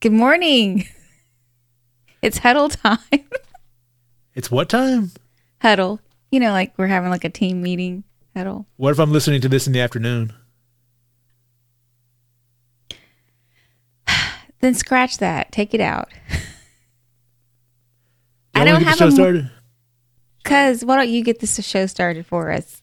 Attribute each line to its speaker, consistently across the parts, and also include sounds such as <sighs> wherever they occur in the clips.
Speaker 1: Good morning. <laughs> It's huddle time. <laughs>
Speaker 2: It's what time?
Speaker 1: huddle. You know, like we're having like a team meeting. Huddle.
Speaker 2: What if I'm listening to this in the afternoon?
Speaker 1: Then scratch that. Take it out.
Speaker 2: Y'all
Speaker 1: I don't
Speaker 2: wanna get
Speaker 1: have a
Speaker 2: the
Speaker 1: mo-
Speaker 2: show started.
Speaker 1: Cuz why don't you get this show started for us?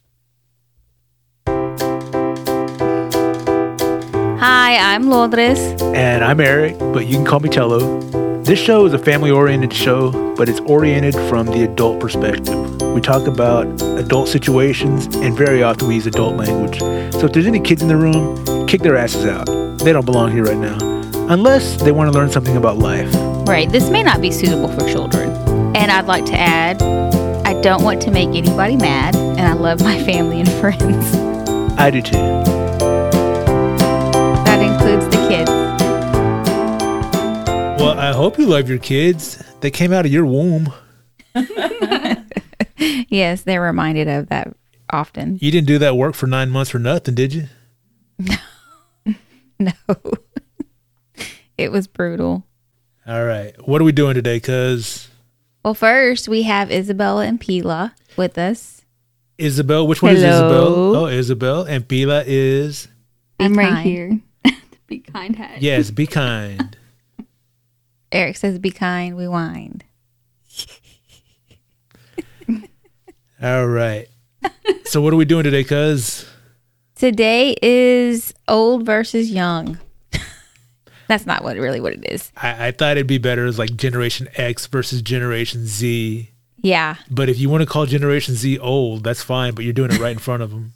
Speaker 1: Hi, I'm Londres.
Speaker 2: And I'm Eric, but you can call me Tello. This show is a family oriented show, but it's oriented from the adult perspective. We talk about adult situations, and very often we use adult language. So if there's any kids in the room, kick their asses out. They don't belong here right now, unless they want to learn something about life.
Speaker 1: Right, this may not be suitable for children. And I'd like to add, I don't want to make anybody mad, and I love my family and <laughs> friends.
Speaker 2: I do too.
Speaker 1: That includes the kids.
Speaker 2: Well, I hope you love your kids. They came out of your womb.
Speaker 1: Yes, they're reminded of that often.
Speaker 2: You didn't do that work for nine months for nothing, did you?
Speaker 1: <laughs> No. it was brutal.
Speaker 2: All right. What are we doing today? Because
Speaker 1: Well, first we have Isabella and Pila with us.
Speaker 2: Isabel, which one is
Speaker 3: Hello.
Speaker 2: Isabel? Oh, Isabel. And Bila is,
Speaker 1: Be
Speaker 3: I'm right
Speaker 1: kind.
Speaker 3: here. <laughs> Be kind head.
Speaker 2: yes, be kind. <laughs>
Speaker 1: Eric says, "Be kind, we wind."
Speaker 2: All right. So, what are we doing today? Because
Speaker 1: Today is old versus young. <laughs> That's not what really what it is.
Speaker 2: I, I thought it'd be better as like Generation X versus Generation Z.
Speaker 1: Yeah,
Speaker 2: But if you want to call Generation Z old, that's fine, but you're doing it right in front of them.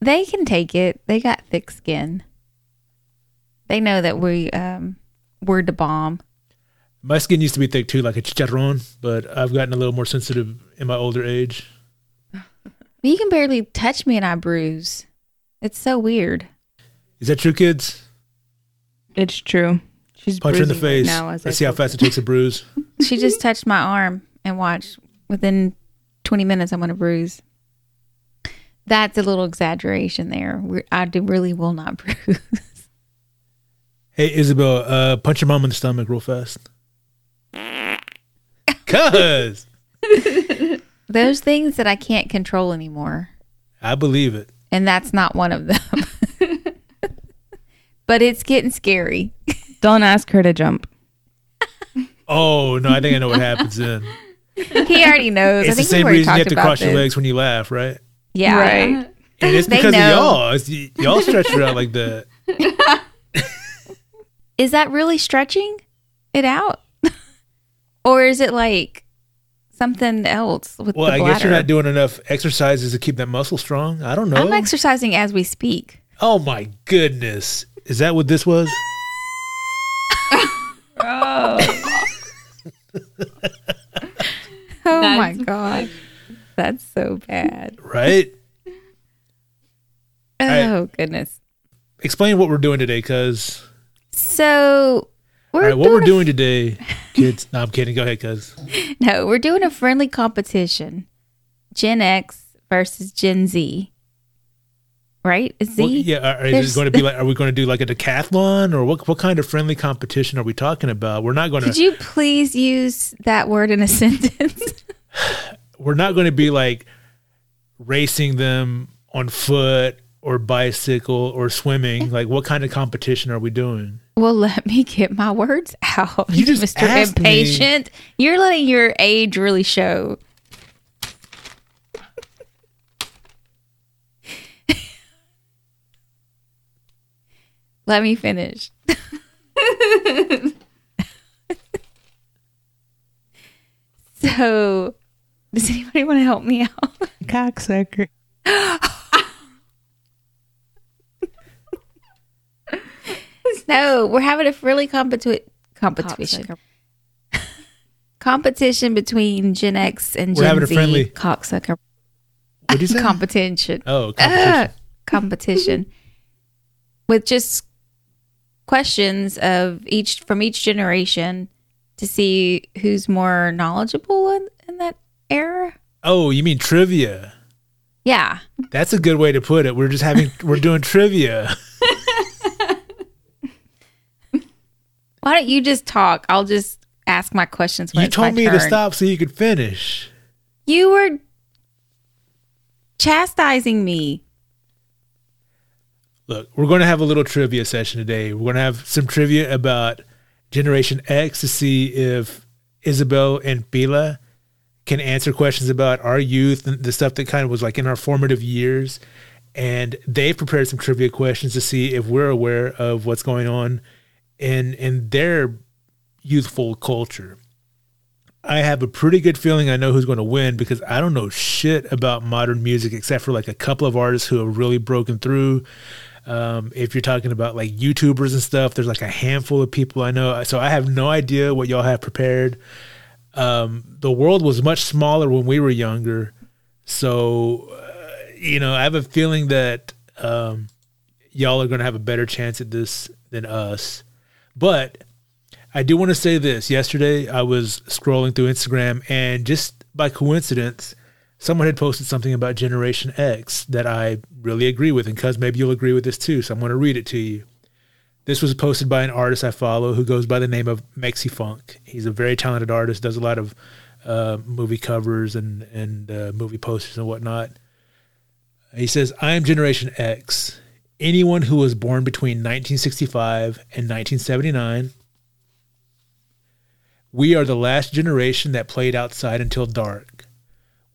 Speaker 1: they can take it. They got thick skin. They know that we um, we're the bomb.
Speaker 2: My skin used to be thick too, like a chicharron, but I've gotten a little more sensitive in my older age.
Speaker 1: But you can barely touch me and I bruise. It's so weird.
Speaker 2: Is that true, kids?
Speaker 3: It's true. She's
Speaker 2: Punch her in the
Speaker 3: bruising right
Speaker 2: face.
Speaker 3: now as I
Speaker 2: Let's see how
Speaker 3: said
Speaker 2: fast it takes a bruise.
Speaker 1: She
Speaker 3: <laughs>
Speaker 1: just touched my arm and watched. Within 20 minutes, I'm going to bruise. That's a little exaggeration there. We're, I do really will not <laughs> bruise.
Speaker 2: Hey, Isabel, uh, punch your mom in the stomach real fast. Cuz
Speaker 1: Those things that I can't control anymore.
Speaker 2: I believe it.
Speaker 1: And that's not one of them.
Speaker 3: <laughs>
Speaker 1: but it's getting scary.
Speaker 3: it. Don't ask her to jump.
Speaker 2: Oh no, I think I know what
Speaker 1: <laughs>
Speaker 2: happens then.
Speaker 1: He already knows. I
Speaker 2: It's the
Speaker 1: think
Speaker 2: same
Speaker 1: we already
Speaker 2: reason you
Speaker 1: talked
Speaker 2: have to
Speaker 1: about
Speaker 2: cross your
Speaker 1: this.
Speaker 2: legs when you
Speaker 1: <laughs>
Speaker 2: laugh, right?
Speaker 1: Yeah.
Speaker 3: Right.
Speaker 2: And it's
Speaker 1: They
Speaker 2: because of
Speaker 1: know.
Speaker 2: y'all. It's, y- y'all stretch it out
Speaker 1: <laughs>
Speaker 2: like that.
Speaker 1: Is that really stretching it out? <laughs> or is it like something else with
Speaker 2: Well,
Speaker 1: the
Speaker 2: I
Speaker 1: bladder?
Speaker 2: guess you're not doing enough exercises to keep that muscle strong. I don't know.
Speaker 1: I'm exercising as we speak. <laughs>
Speaker 2: oh my goodness, is that what this was?
Speaker 1: Oh
Speaker 3: That
Speaker 1: my
Speaker 3: is
Speaker 1: god. That's so bad.
Speaker 2: Right? right.
Speaker 1: Oh goodness.
Speaker 2: Explain what we're doing today, cuz.
Speaker 1: So we're
Speaker 2: All right, what we're
Speaker 1: a-
Speaker 2: doing today, kids. No, I'm kidding. Go ahead, cuz.
Speaker 1: No, we're doing a friendly competition. Gen X versus Gen Z. Right? Is Z?
Speaker 2: Well, yeah, are- are, is
Speaker 1: There's-
Speaker 2: it going to be like? Are we going to do
Speaker 1: <laughs>
Speaker 2: like a decathlon, or what? What kind of friendly competition are we talking about? We're not going
Speaker 1: Could
Speaker 2: to.
Speaker 1: you please use that word in a <laughs> sentence?
Speaker 2: we're not going to be like racing them on foot or bicycle or swimming. like, what kind of competition are we doing?
Speaker 1: well, let me get my words out.
Speaker 2: You just
Speaker 1: Mr.
Speaker 2: asked me.
Speaker 1: Impatient. You're letting your age really show. <laughs> let me finish. so, does anybody want to help me out?
Speaker 3: Cocksucker.
Speaker 1: <laughs> No, we're having a friendly competi- competition. Competition between Gen X and
Speaker 2: We're
Speaker 1: Gen
Speaker 2: having a
Speaker 1: Z
Speaker 2: friendly-
Speaker 1: cocksucker
Speaker 2: What do you say?
Speaker 1: competition.
Speaker 2: oh,
Speaker 1: Ah,
Speaker 2: competition.
Speaker 1: competition with just questions of each from each generation to see who's more knowledgeable in, in that era.
Speaker 2: oh, you mean trivia?
Speaker 1: Yeah,
Speaker 2: That's a good
Speaker 1: <laughs>
Speaker 2: way to put it. We're just having. we're doing trivia.
Speaker 1: Why don't you just talk? I'll just ask my questions. When
Speaker 2: you
Speaker 1: it's my
Speaker 2: told me to
Speaker 1: turn.
Speaker 2: stop so you could finish.
Speaker 1: You were chastising me.
Speaker 2: Look, we're going to have a little trivia session today. We're going to have some trivia about Generation X to see if Isabel and Bila can answer questions about our youth and the stuff that kind of was like in our formative years. And they've prepared some trivia questions to see if we're aware of what's going on in in their youthful culture. I have a pretty good feeling I know who's going to win because I don't know shit about modern music except for like a couple of artists who have really broken through. Um, if you're talking about like YouTubers and stuff, there's like a handful of people I know. So I have no idea what y'all have prepared. Um, the world was much smaller when we were younger. So, uh, you know, I have a feeling that um, y'all are going to have a better chance at this than us. But I do want to say this. Yesterday, I was scrolling through Instagram, and just by coincidence, someone had posted something about Generation X that I really agree with. And, cuz, maybe you'll agree with this too. So I'm going to read it to you. This was posted by an artist I follow who goes by the name of Mexi Funk. He's a very talented artist, does a lot of uh, movie covers and, and uh, movie posters and whatnot. He says, I am Generation X. Anyone who was born between 1965 and 1979. We are the last generation that played outside until dark.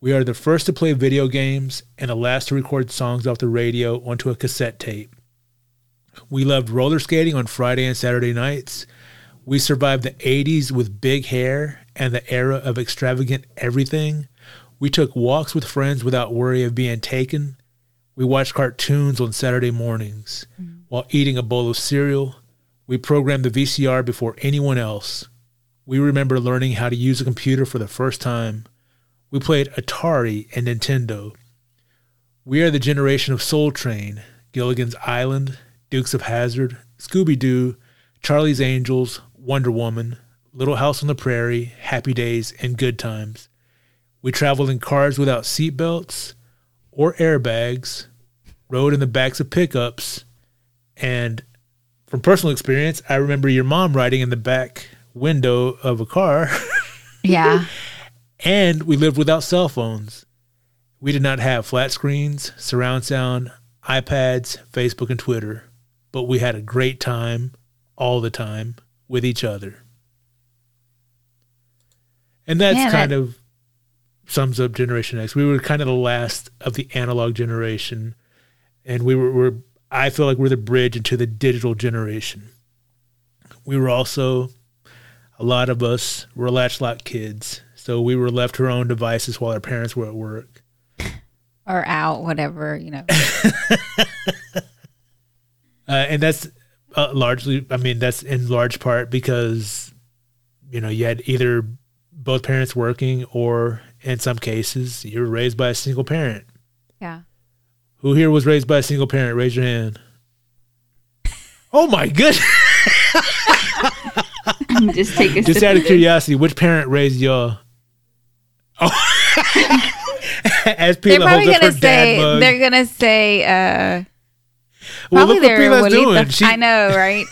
Speaker 2: We are the first to play video games and the last to record songs off the radio onto a cassette tape. We loved roller skating on Friday and Saturday nights. We survived the 80s with big hair and the era of extravagant everything. We took walks with friends without worry of being taken. We watched cartoons on Saturday mornings while eating a bowl of cereal. We programmed the VCR before anyone else. We remember learning how to use a computer for the first time. We played Atari and Nintendo. We are the generation of Soul Train, Gilligan's Island, Dukes of Hazard, Scooby Doo, Charlie's Angels, Wonder Woman, Little House on the Prairie, Happy Days, and Good Times. We traveled in cars without seatbelts or airbags, rode in the backs of pickups, and from personal experience, I remember your mom riding in the back window of a car, <laughs>
Speaker 3: <laughs>
Speaker 1: Yeah.
Speaker 2: and we lived without cell phones. We did not have flat screens, surround sound, iPads, Facebook, and Twitter, but we had a great time all the time with each other. And that's
Speaker 1: Yeah,
Speaker 2: kind
Speaker 1: that-
Speaker 2: of sums up Generation X. We were kind of the last of the analog generation, and we were, were I feel like we're the bridge into the digital generation. We were also a lot of us were latchlock kids, so we were left to our own devices while our parents were at work.
Speaker 1: or out, whatever, you
Speaker 2: <laughs>
Speaker 1: know.
Speaker 2: Uh, and that's uh, largely, I mean, that's in large part because, you know, you had either both parents working or in some cases you were raised by a single parent.
Speaker 1: Yeah.
Speaker 2: Who here was raised by a single parent? Raise your hand. Oh my goodness. <laughs>
Speaker 3: Just take a
Speaker 2: Just
Speaker 3: sip
Speaker 2: out
Speaker 3: of
Speaker 2: of
Speaker 3: this.
Speaker 2: curiosity, which parent raised y'all? <laughs> Oh. <laughs> As
Speaker 1: They're
Speaker 2: Pila
Speaker 1: probably
Speaker 2: holds up her
Speaker 1: gonna
Speaker 2: dad
Speaker 1: say
Speaker 2: mug.
Speaker 1: they're gonna say uh
Speaker 2: Well,
Speaker 1: probably
Speaker 2: look what
Speaker 1: they're
Speaker 2: Pila's
Speaker 1: what he
Speaker 2: doing.
Speaker 1: thought-
Speaker 2: She-
Speaker 1: I know,
Speaker 2: <laughs>
Speaker 1: right?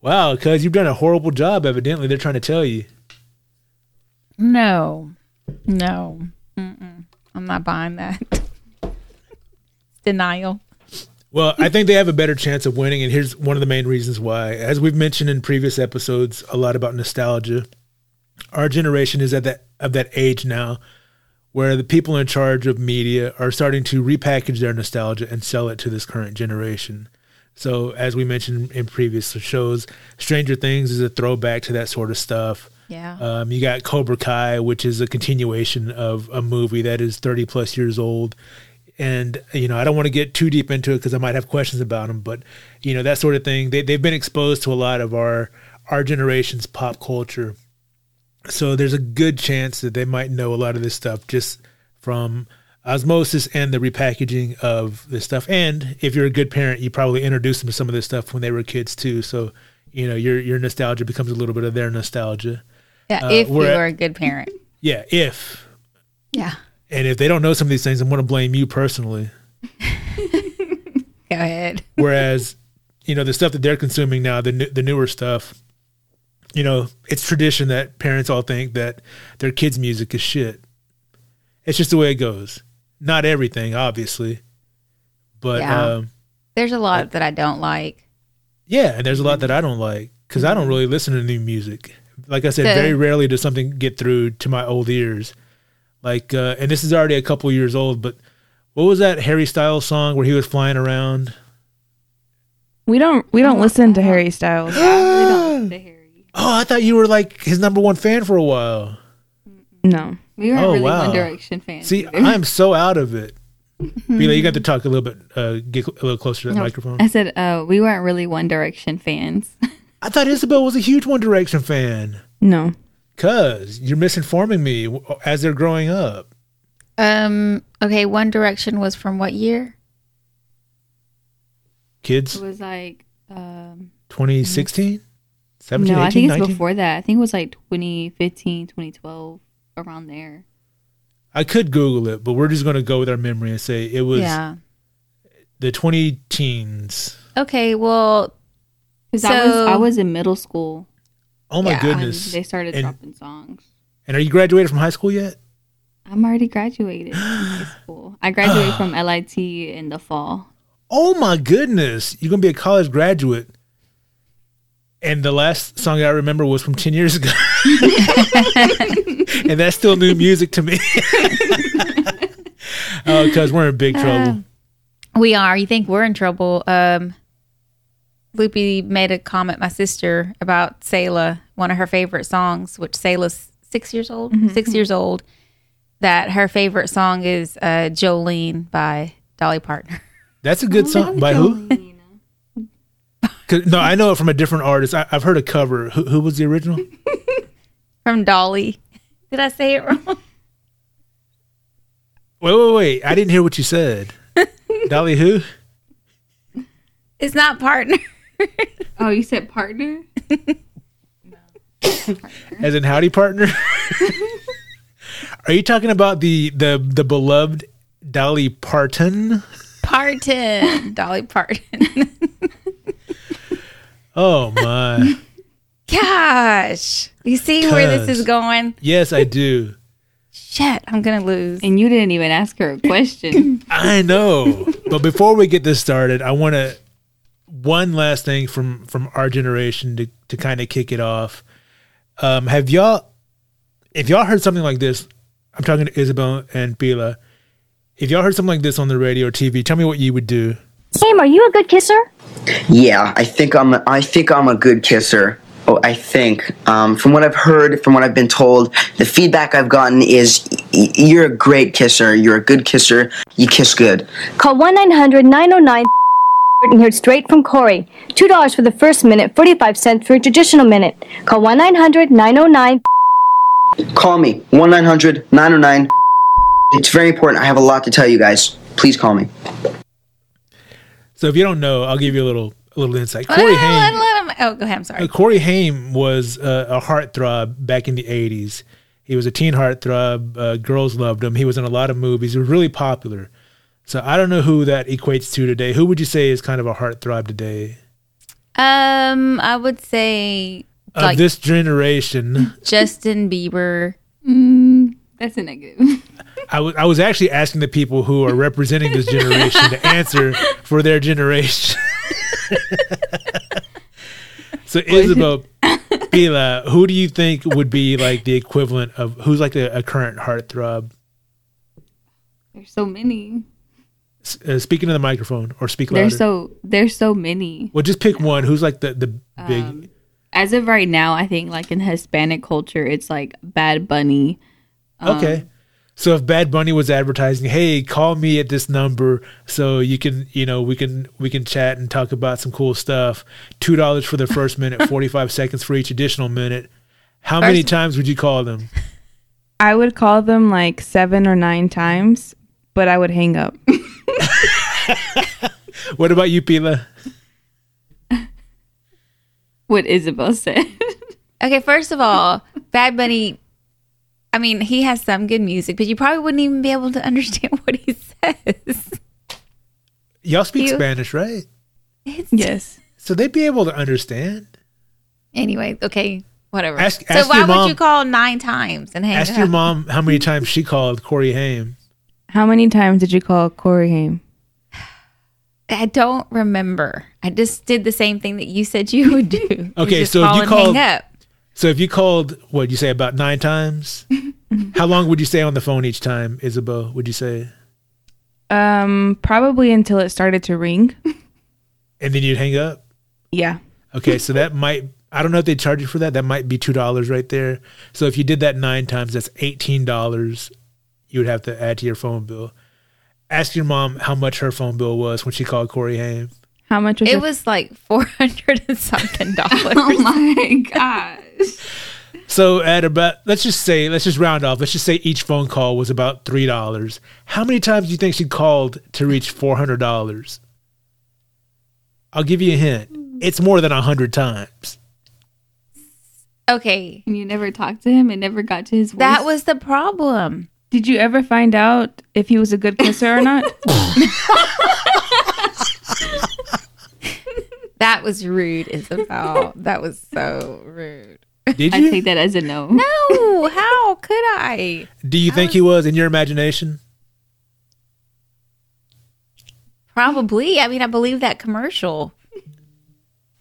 Speaker 2: Wow, cuz you've done a horrible job, evidently. They're trying to tell you.
Speaker 1: no. No. Mm-mm. I'm not buying that. <laughs> Denial.
Speaker 2: Well, I think they have a better chance of winning, and here's one of the main reasons why. As we've mentioned in previous episodes, a lot about nostalgia. Our generation is at that of that age now where the people in charge of media are starting to repackage their nostalgia and sell it to this current generation. So, as we mentioned in previous shows, Stranger Things is a throwback to that sort of stuff.
Speaker 1: Yeah.
Speaker 2: Um, you got Cobra Kai, which is a continuation of a movie that is 30 plus years old. And, you know, I don't want to get too deep into it because I might have questions about them, but, you know, that sort of thing. They, they've been exposed to a lot of our, our generation's pop culture. So there's a good chance that they might know a lot of this stuff just from osmosis and the repackaging of this stuff. And if you're a good parent, you probably introduced them to some of this stuff when they were kids too. So, you know, your, your nostalgia becomes a little bit of their nostalgia.
Speaker 1: Yeah,
Speaker 2: uh,
Speaker 1: if you
Speaker 2: we're at-
Speaker 1: were a good parent.
Speaker 2: Yeah, if
Speaker 1: Yeah.
Speaker 2: and if they don't know some of these things, I'm going to blame you personally.
Speaker 1: Go ahead.
Speaker 2: Whereas, you know the stuff that they're consuming now, the new- the newer stuff. You know, it's tradition that parents all think that their kids' music is shit. It's just the way it goes. Not everything, obviously, but
Speaker 1: Yeah.
Speaker 2: um,
Speaker 1: There's a lot that I don't like.
Speaker 2: yeah, and there's a lot that I don't like because I don't really listen to new music. Like I said,
Speaker 1: The-
Speaker 2: very rarely does something get through to my old ears. Like, uh, and this is already a couple years old, but what was that Harry Styles song where he was flying around?
Speaker 4: We don't we don't listen to Harry Styles. <gasps>
Speaker 3: Yeah, we don't listen to Harry.
Speaker 2: Oh, I thought you were like his number one fan for a while.
Speaker 4: No.
Speaker 3: We weren't
Speaker 2: Oh,
Speaker 3: really
Speaker 2: wow.
Speaker 3: One Direction fans. <laughs>
Speaker 2: See,
Speaker 3: either.
Speaker 2: I'm so out of it. Bila, you got to talk a little bit, uh, get cl- a little closer to that
Speaker 3: No,
Speaker 2: microphone.
Speaker 3: I said, uh, we weren't really One Direction <laughs> fans.
Speaker 2: I thought Isabel was a huge One Direction fan.
Speaker 4: No.
Speaker 2: Cause you're misinforming me w- as they're growing up.
Speaker 1: Um. Okay. One Direction was from what year?
Speaker 3: It
Speaker 2: Kids,
Speaker 3: was like, um,
Speaker 2: 2016, 17,
Speaker 3: no, I
Speaker 2: 18,
Speaker 3: think it's
Speaker 2: 19?
Speaker 3: before that. I think it was like 2015, 2012, around there.
Speaker 2: I could Google it, but we're just going to go with our memory and say it was
Speaker 1: yeah.
Speaker 2: the 20 teens.
Speaker 1: Okay. Well,
Speaker 3: Because I was
Speaker 1: So-
Speaker 3: I was in middle school
Speaker 2: Oh my
Speaker 1: Yeah.
Speaker 3: when
Speaker 2: goodness.
Speaker 3: they started
Speaker 2: And-
Speaker 3: dropping songs.
Speaker 2: And are you graduated from high school yet?
Speaker 3: I'm already graduated
Speaker 2: <gasps>
Speaker 3: from high school. I graduated from LIT in the fall.
Speaker 2: Oh my goodness, you're gonna be a college graduate. And the last song I remember was from ten years ago. <laughs> and that's still new music to me. <laughs> oh, because we're in big trouble.
Speaker 1: we are. You think we're in trouble? Um. Loopy made a comment. My sister about Selah, one of her favorite songs, which Selah's six years old. Six years old. That her favorite song is uh, "Jolene" by Dolly Parton. <laughs>
Speaker 2: That's a good song. By who? 'Cause- No, I know it from a different artist. I, I've heard a cover. Who, who was the original?
Speaker 1: from Dolly. Did I say it wrong? <laughs>
Speaker 2: Wait, wait, wait. I didn't hear what you said. Dolly who?
Speaker 1: It's not partner.
Speaker 3: Oh, you said partner?
Speaker 2: As in howdy partner? Are you talking about the the the beloved Dolly Parton?
Speaker 1: Parton. <laughs> Dolly Parton. <laughs>
Speaker 2: Oh my.
Speaker 1: Gosh. You see where this is
Speaker 2: Cuz.
Speaker 1: going?
Speaker 2: yes, I do.
Speaker 1: Shit, I'm going to lose.
Speaker 3: And you didn't even ask her
Speaker 2: <clears throat>
Speaker 3: a question.
Speaker 2: I know. but before we get this started, I want to one last thing from from our generation to to kind of kick it off. Um have y'all if y'all heard something like this, I'm talking to Isabel and Bila. If y'all heard something like this on the radio or TV, tell me what you would do.
Speaker 5: Sam, are you a good kisser?
Speaker 6: Yeah, I think I'm. A, I think I'm a good kisser. Oh, I think. Um, from what I've heard, from what I've been told, the feedback I've gotten is y- y- you're a great kisser. You're a good kisser. You kiss good.
Speaker 5: Call 1 900 909 and heard straight from Corey. $2 for the first minute, 45 cents for a traditional minute. Call 1 900 909
Speaker 6: Call me one 909 It's very important. I have a lot to tell you guys. Please call me.
Speaker 2: So if you don't know, I'll give you a little a little insight.
Speaker 1: Oh, no,
Speaker 2: Corey
Speaker 1: no,
Speaker 2: Haim.
Speaker 1: let- let him- oh, go ahead. I'm
Speaker 2: Uh,
Speaker 1: sorry.
Speaker 2: Corey Haim was uh, a heartthrob back in the 80s. He was a teen heartthrob. Uh, girls loved him. He was in a lot of movies. He was really popular. So I don't know who that equates to today. Who would you say is kind of a heartthrob today?
Speaker 1: Um, I would say
Speaker 2: Of
Speaker 1: like
Speaker 2: this generation,
Speaker 1: Justin Bieber.
Speaker 3: Mm, that's a negative.
Speaker 2: I wa- I was actually asking the people who are representing this generation to answer for their generation. <laughs> so Isabel, Bila, who do you think would be like the equivalent of who's like a, a current heartthrob?
Speaker 3: There's so many.
Speaker 2: S- uh, speak into the microphone or speak louder.
Speaker 3: There's so there's so many.
Speaker 2: well, just pick one. Who's like the the big?
Speaker 3: As of right now, I think like in Hispanic culture, it's like Bad Bunny.
Speaker 2: okay. So if Bad Bunny was advertising, hey, call me at this number so you can, you know, we can we can chat and talk about some cool stuff. Two dollars for the first minute, forty five seconds for each additional minute. How many
Speaker 1: First-
Speaker 2: times would you call them?
Speaker 4: I would call them like seven or nine times, but I would hang up.
Speaker 2: What about you, Pila?
Speaker 3: What Isabel <laughs> said.
Speaker 1: Okay, first of
Speaker 2: <laughs>
Speaker 1: all, Bad Bunny. I mean, he has some good music, but you probably wouldn't even be able to <laughs> understand what he says.
Speaker 2: Y'all speak
Speaker 1: You-
Speaker 2: Spanish, right?
Speaker 1: It's,
Speaker 4: Yes.
Speaker 2: So they'd be able to understand.
Speaker 1: Anyway, okay, whatever.
Speaker 2: Ask-
Speaker 1: so
Speaker 2: ask
Speaker 1: why
Speaker 2: your
Speaker 1: would
Speaker 2: mom.
Speaker 1: you call nine times and hang
Speaker 2: Ask
Speaker 1: up?
Speaker 2: your mom how many times she called Corey Haim.
Speaker 4: How many times did you call Corey Haim?
Speaker 1: I don't remember. I just did the same thing that you said you would do.
Speaker 2: <laughs> Okay,
Speaker 1: just
Speaker 2: so if you
Speaker 1: and
Speaker 2: called-
Speaker 1: hang up.
Speaker 2: So if you called, what you say about nine times? how long would you stay on the phone each time, Isabeau? Would you say?
Speaker 4: Um, probably until it started to ring.
Speaker 2: And then you'd hang up.
Speaker 4: <laughs> Yeah.
Speaker 2: Okay, so that might. I don't know if they charge you for that. That might be two dollars right there. So if you did that nine times, that's eighteen dollars. You would have to add to your phone bill. Ask your mom how much her phone bill was when she called Corey Haim.
Speaker 4: How much was
Speaker 1: It
Speaker 4: it?
Speaker 1: was like four hundred and
Speaker 2: <laughs>
Speaker 1: something dollars.
Speaker 3: Oh my gosh.
Speaker 2: So at about let's just say let's just round off. Let's just say each phone call was about three dollars. How many times do you think she called to reach four hundred dollars? I'll give you a hint. It's more than a hundred times.
Speaker 1: okay,
Speaker 3: And you never talked to him and never got to his voice.
Speaker 1: that was the problem.
Speaker 4: did you ever find out if he was a good kisser or not?
Speaker 1: That was rude, <laughs> Isabel. that was so rude.
Speaker 2: Did
Speaker 3: I
Speaker 2: you?
Speaker 3: take that as a no. no.
Speaker 1: No, how could I?
Speaker 2: do you think he was in your imagination?
Speaker 1: Probably. I mean, I believe that commercial.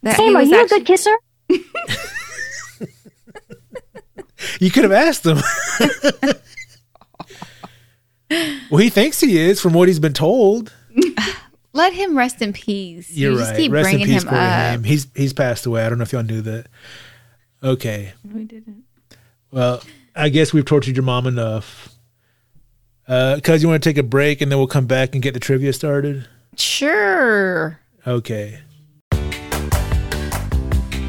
Speaker 1: That he
Speaker 5: Sam, are
Speaker 1: was
Speaker 5: you a
Speaker 1: actually-
Speaker 5: good kisser?
Speaker 2: You could have asked him. <laughs> well, he thinks he is from what he's been told.
Speaker 1: Let him rest in peace.
Speaker 2: You're
Speaker 1: you
Speaker 2: right.
Speaker 1: Just keep
Speaker 2: Rest in
Speaker 1: bringing
Speaker 2: peace,
Speaker 1: him
Speaker 2: Corey
Speaker 1: up.
Speaker 2: Haim. He's he's passed away. I don't know if y'all knew that. Okay.
Speaker 4: we didn't.
Speaker 2: Well, I guess we've tortured your mom enough. Uh, cuz you want to take a break and then we'll come back and get the trivia started.
Speaker 1: Sure.
Speaker 2: Okay.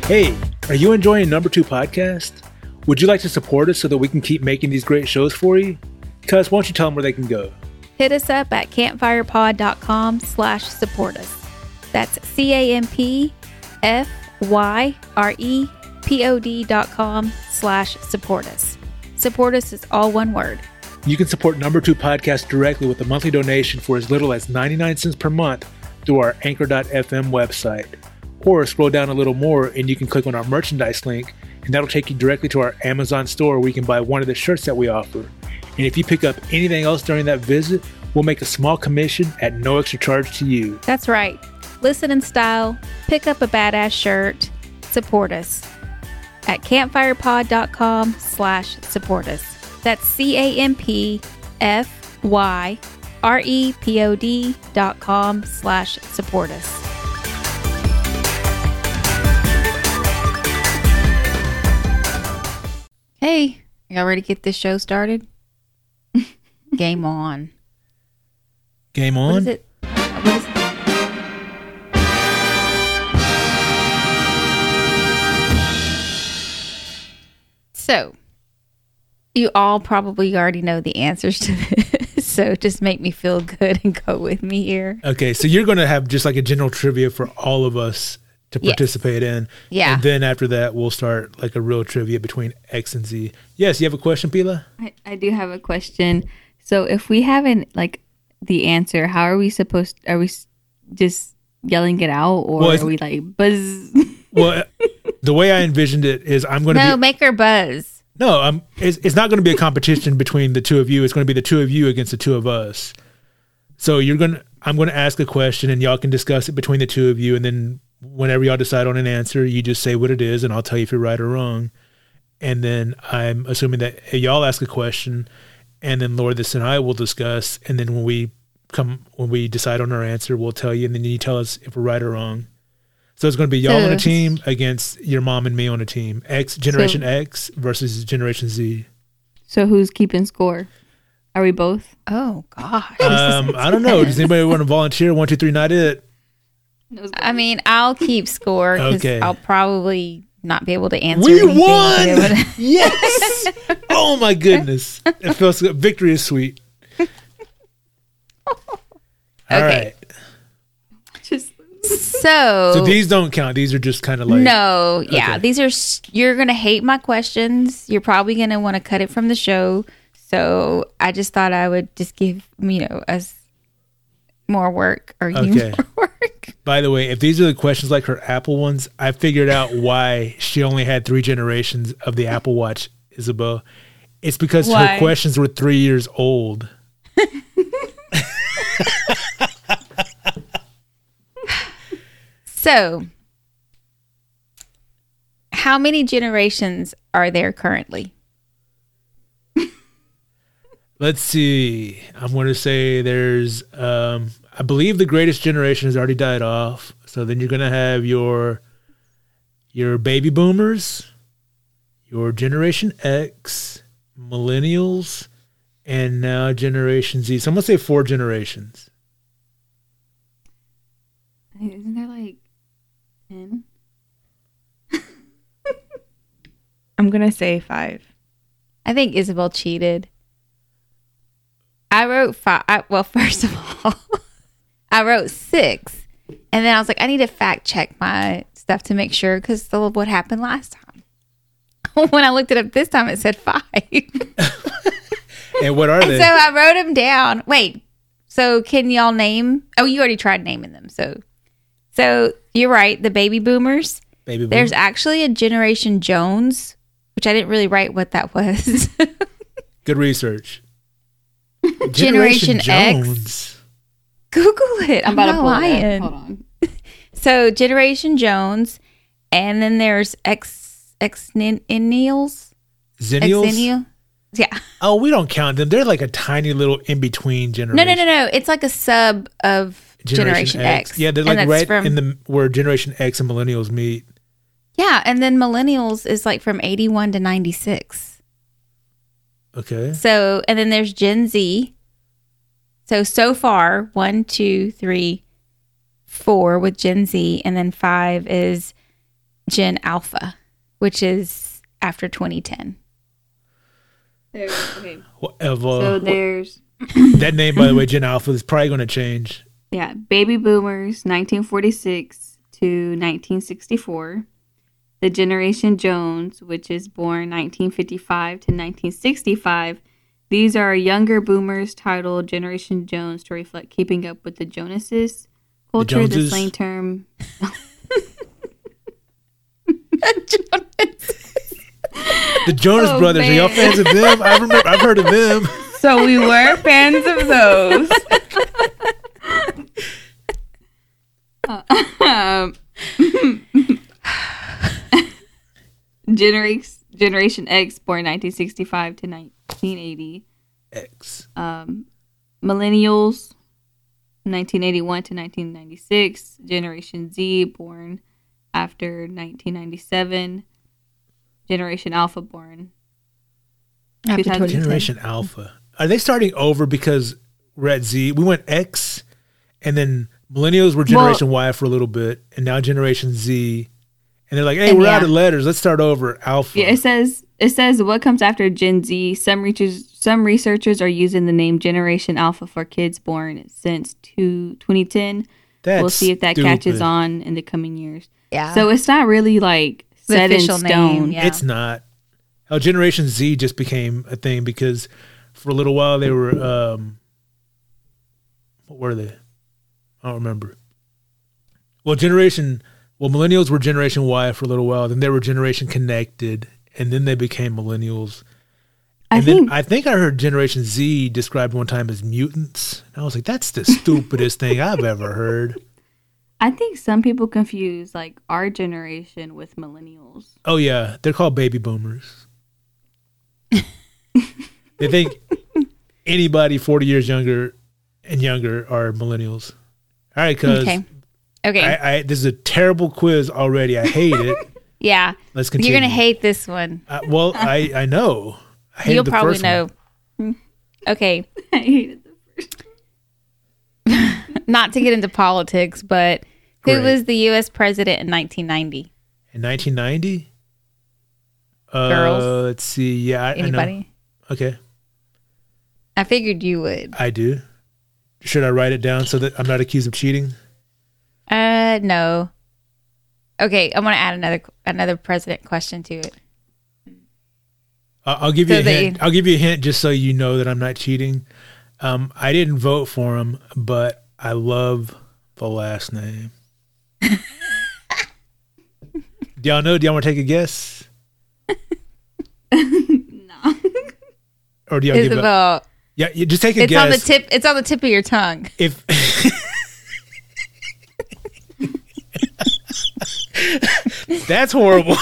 Speaker 2: Hey, are you enjoying Number Two Podcast? Would you like to support us so that we can keep making these great shows for you? Cuz, why don't you tell them where they can go?
Speaker 1: Hit us up at campfirepod.com slash support us. That's E C-A-M-P-F-Y-R-E-P-O-D dot com slash support us. Support us is all one word.
Speaker 2: You can support Number Two Podcast directly with a monthly donation for as little as 99 cents per month through our Anchor.fm website. Or scroll down a little more and you can click on our merchandise link, and that'll take you directly to our Amazon store where you can buy one of the shirts that we offer. And if you pick up anything else during that visit, we'll make a small commission at no extra charge to you.
Speaker 1: That's right. Listen in style, pick up a badass shirt, support us at campfirepod.com slash support us. That's E C-A-M-P-F-Y-R-E-P-O-D dot com slash support us. Hey, y'all ready to get this show started? <laughs> Game on.
Speaker 2: Game
Speaker 1: What is
Speaker 2: on.
Speaker 1: it? What is it? So, you all probably already know the answers to this. <laughs> So, just make me feel good and go with me here.
Speaker 2: Okay, so you're going to have just like a general trivia for all of us to
Speaker 1: Yes.
Speaker 2: participate in.
Speaker 1: Yeah.
Speaker 2: And then after that, we'll start like a real trivia between X and Z. Yes, you have a question, Pila?
Speaker 3: <laughs> I, I do have a question. So if we haven't like the answer, how are we supposed? Are we s- just yelling it out, or
Speaker 2: Well, it's-
Speaker 3: are we like buzz?
Speaker 2: Well, uh, the way I envisioned it is I'm going
Speaker 1: <laughs>
Speaker 2: to
Speaker 1: No,
Speaker 2: be
Speaker 1: make her buzz.
Speaker 2: no, I'm it's, it's not going to be a competition between the two of you. It's going to be the two of you against the two of us. So you're going to I'm going to ask a question and y'all can discuss it between the two of you and then whenever y'all decide on an answer, you just say what it is and I'll tell you if you're right or wrong. And then I'm assuming that y'all ask a question and then Lourdes and I will discuss and then when we come when we decide on our answer, we'll tell you and then you tell us if we're right or wrong. So it's going to be y'all on a
Speaker 1: So-
Speaker 2: team against your mom and me on a team. X Generation
Speaker 3: So-
Speaker 2: X versus Generation Z.
Speaker 3: so who's keeping score? Are we both?
Speaker 1: Oh, gosh.
Speaker 2: Um, I don't know. Does anybody want to volunteer? One, two, three, not it.
Speaker 1: I mean, I'll keep score because
Speaker 2: Okay.
Speaker 1: I'll probably not be able to answer.
Speaker 2: We
Speaker 1: anything,
Speaker 2: won.
Speaker 1: but it would-
Speaker 2: <laughs> yes. Oh my goodness. It feels good. Victory is sweet. All
Speaker 1: <laughs> Okay.
Speaker 2: right.
Speaker 3: Just
Speaker 1: <laughs> So,
Speaker 2: So these don't count. These are just kind of like
Speaker 1: oh. no, yeah,
Speaker 2: Okay.
Speaker 1: these are s- you're gonna hate my questions. You're probably gonna want to cut it from the show. So I just thought I would just give you know us more work or you
Speaker 2: Okay.
Speaker 1: <laughs> more work.
Speaker 2: By the way, if these are the questions like her Apple ones, I figured out why she only had three generations of the Apple Watch, Isabeau. It's because her
Speaker 4: Why?
Speaker 2: questions were three years old.
Speaker 1: So, how many generations are there currently?
Speaker 2: Let's see. I'm going to say there's, um, I believe the greatest generation has already died off. So then you're going to have your your baby boomers, your Generation X, millennials, and now Generation Z. So I'm going to say four generations.
Speaker 3: Isn't there like ten?
Speaker 4: I'm gonna say five.
Speaker 1: I think Isabel cheated. I wrote five. I, well, <laughs> first of all, I wrote six. And then I was like, I need to fact check my stuff to make sure because of what happened last time. <laughs> when I looked it up this time, it said five. <laughs> and
Speaker 2: And what are they?
Speaker 1: so I wrote them down. Wait, so can y'all name? Oh, you already tried naming them. So, so you're right. The baby boomers.
Speaker 2: Baby boom.
Speaker 1: There's actually a Generation Jones, which I didn't really write what that was. <laughs>
Speaker 2: Good research.
Speaker 1: Generation X. Google it. I'm, not lying.
Speaker 3: Hold on.
Speaker 1: So Generation Jones, and then there's X Xennials.
Speaker 2: Zennials.
Speaker 1: Xennial. Yeah.
Speaker 2: Oh, we don't count them. They're like a tiny little in between generation.
Speaker 1: No, no, no, no. It's like a sub of Generation, X.
Speaker 2: Yeah, they're
Speaker 1: And
Speaker 2: like
Speaker 1: that's
Speaker 2: right
Speaker 1: from-
Speaker 2: in the where Generation X and Millennials meet.
Speaker 1: Yeah, and then Millennials is like from 81 to 96.
Speaker 2: Okay.
Speaker 1: So, and then there's Gen Z. So so far, one, two, three, four with Gen Z, and then five is Gen Alpha, which is after 2010.
Speaker 3: There, okay.
Speaker 2: Whatever.
Speaker 3: So there's
Speaker 2: that name, by the way, Gen Alpha is probably going to change.
Speaker 3: yeah, baby boomers, 1946 to 1964. The generation Jones, which is born 1955 to 1965. These are younger boomers titled Generation Jones to reflect keeping up with the Jonases culture, the
Speaker 2: Joneses.
Speaker 3: slang term <laughs>
Speaker 2: The Jonas
Speaker 1: Oh,
Speaker 2: Brothers. Are y'all fans of them? I remember. I've heard of
Speaker 1: <laughs>
Speaker 2: them.
Speaker 4: <laughs> So we were fans of those.
Speaker 3: um, Generation Generation X, born 1965 to 1980.
Speaker 2: X.
Speaker 3: Um, millennials, 1981 to 1996. Generation Z, born after 1997. Generation Alpha, born.
Speaker 1: After
Speaker 3: 2010.
Speaker 1: 2010.
Speaker 2: Generation Alpha. Are they starting over because we're at Z? We went X, and then Millennials were Generation Y for a little bit, and now Generation Z. And they're like, "Hey,
Speaker 1: And
Speaker 2: we're
Speaker 1: yeah.
Speaker 2: out of letters. Let's start over." Alpha.
Speaker 3: Yeah, it says it says what comes after Gen Z. Some reaches some researchers are using the name Generation Alpha for kids born since two, 2010.
Speaker 2: That's
Speaker 3: we'll see if that catches
Speaker 2: stupid.
Speaker 3: on in the coming years.
Speaker 1: Yeah.
Speaker 3: So it's not really like
Speaker 1: The
Speaker 3: set in
Speaker 1: official name,
Speaker 3: stone.
Speaker 1: yeah.
Speaker 2: It's not. How Generation Z just became a thing because for a little while they were um what were they? I don't remember. Well, generation well, millennials were generation Y for a little while, then they were generation connected, and then they became millennials.
Speaker 3: I
Speaker 2: And
Speaker 3: think
Speaker 2: then I think I heard Generation Z described one time as mutants. And I was like, that's the stupidest thing I've ever heard.
Speaker 3: I think some people confuse like our generation with millennials.
Speaker 2: Oh yeah, they're called baby boomers. they think anybody forty years younger and younger are millennials. All right, cuz
Speaker 1: Okay. Okay.
Speaker 2: I, I this is a terrible quiz already. I hate it.
Speaker 1: yeah.
Speaker 2: Let's
Speaker 1: <laughs>
Speaker 2: continue.
Speaker 1: You're going to hate this one.
Speaker 2: I, well, I I know. I hated
Speaker 1: You'll
Speaker 2: the
Speaker 1: probably
Speaker 2: first one.
Speaker 1: know. Hmm. Okay.
Speaker 3: <laughs> I hated them.
Speaker 1: Not to get into politics, but
Speaker 2: Great.
Speaker 1: who was the U.S. president in 1990?
Speaker 2: in 1990. Uh,
Speaker 1: Girls?
Speaker 2: let's see. Yeah, I, I know.
Speaker 1: Anybody?
Speaker 2: Okay,
Speaker 1: I, figured you would.
Speaker 2: I do. Should I write it down so that I'm not accused of cheating?
Speaker 1: Uh, no. Okay, I'm going to add another another president question to it.
Speaker 2: I- I'll give you
Speaker 1: So
Speaker 2: a
Speaker 1: they-
Speaker 2: hint. I'll give you a hint just so you know that I'm not cheating. Um, I didn't vote for him, but I love the last name. Do y'all know? Do y'all want to take a
Speaker 1: <laughs>
Speaker 2: guess? no. Or do y'all give up?
Speaker 1: Isabel.
Speaker 2: Yeah, you just take a
Speaker 1: It's
Speaker 2: guess.
Speaker 1: on the tip. It's on the tip of your tongue.
Speaker 2: if <laughs> that's horrible.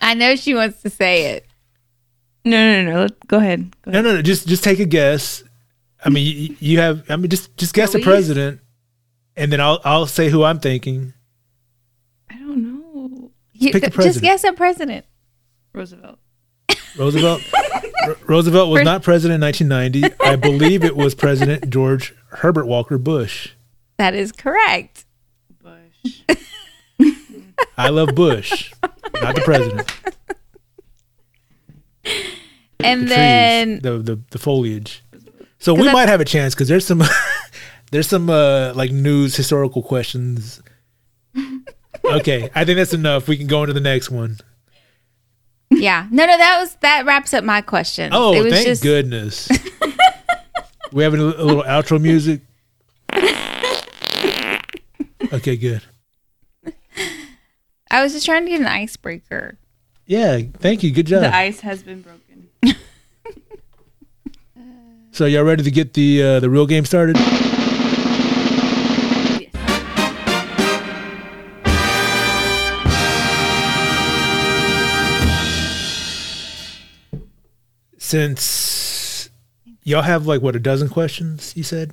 Speaker 1: I know she wants to say it.
Speaker 4: No, no, no. Let, go ahead. Go
Speaker 2: No,
Speaker 4: ahead.
Speaker 2: no, no. Just just take a guess. I mean, you, you have. I mean, just just guess the
Speaker 3: Louise?
Speaker 2: president, and then I'll I'll say who I'm thinking.
Speaker 4: I don't know.
Speaker 1: You,
Speaker 2: Pick a
Speaker 1: just
Speaker 2: president.
Speaker 1: guess a president.
Speaker 4: Roosevelt.
Speaker 2: Roosevelt. R- Roosevelt was not president in 1990. I believe it was President George Herbert Walker Bush.
Speaker 1: That is correct.
Speaker 4: Bush.
Speaker 2: I love Bush, not the president.
Speaker 1: And
Speaker 2: The
Speaker 1: then
Speaker 2: trees, the, the the foliage. So
Speaker 1: 'Cause
Speaker 2: we
Speaker 1: I-
Speaker 2: might have a chance because there's some <laughs> there's some uh, like news historical questions. Okay, I think that's enough. We can go into the next one.
Speaker 1: yeah, no, no, that was that wraps up my question.
Speaker 2: Oh,
Speaker 1: it was
Speaker 2: thank
Speaker 1: just, <laughs>
Speaker 2: goodness. we having a, a little outro music. Okay, good.
Speaker 1: I was just trying to get an icebreaker.
Speaker 2: Yeah, thank you. Good job.
Speaker 4: The ice has been broken.
Speaker 2: so y'all ready to get the uh, the real game started? Since y'all have like what a dozen questions, you said.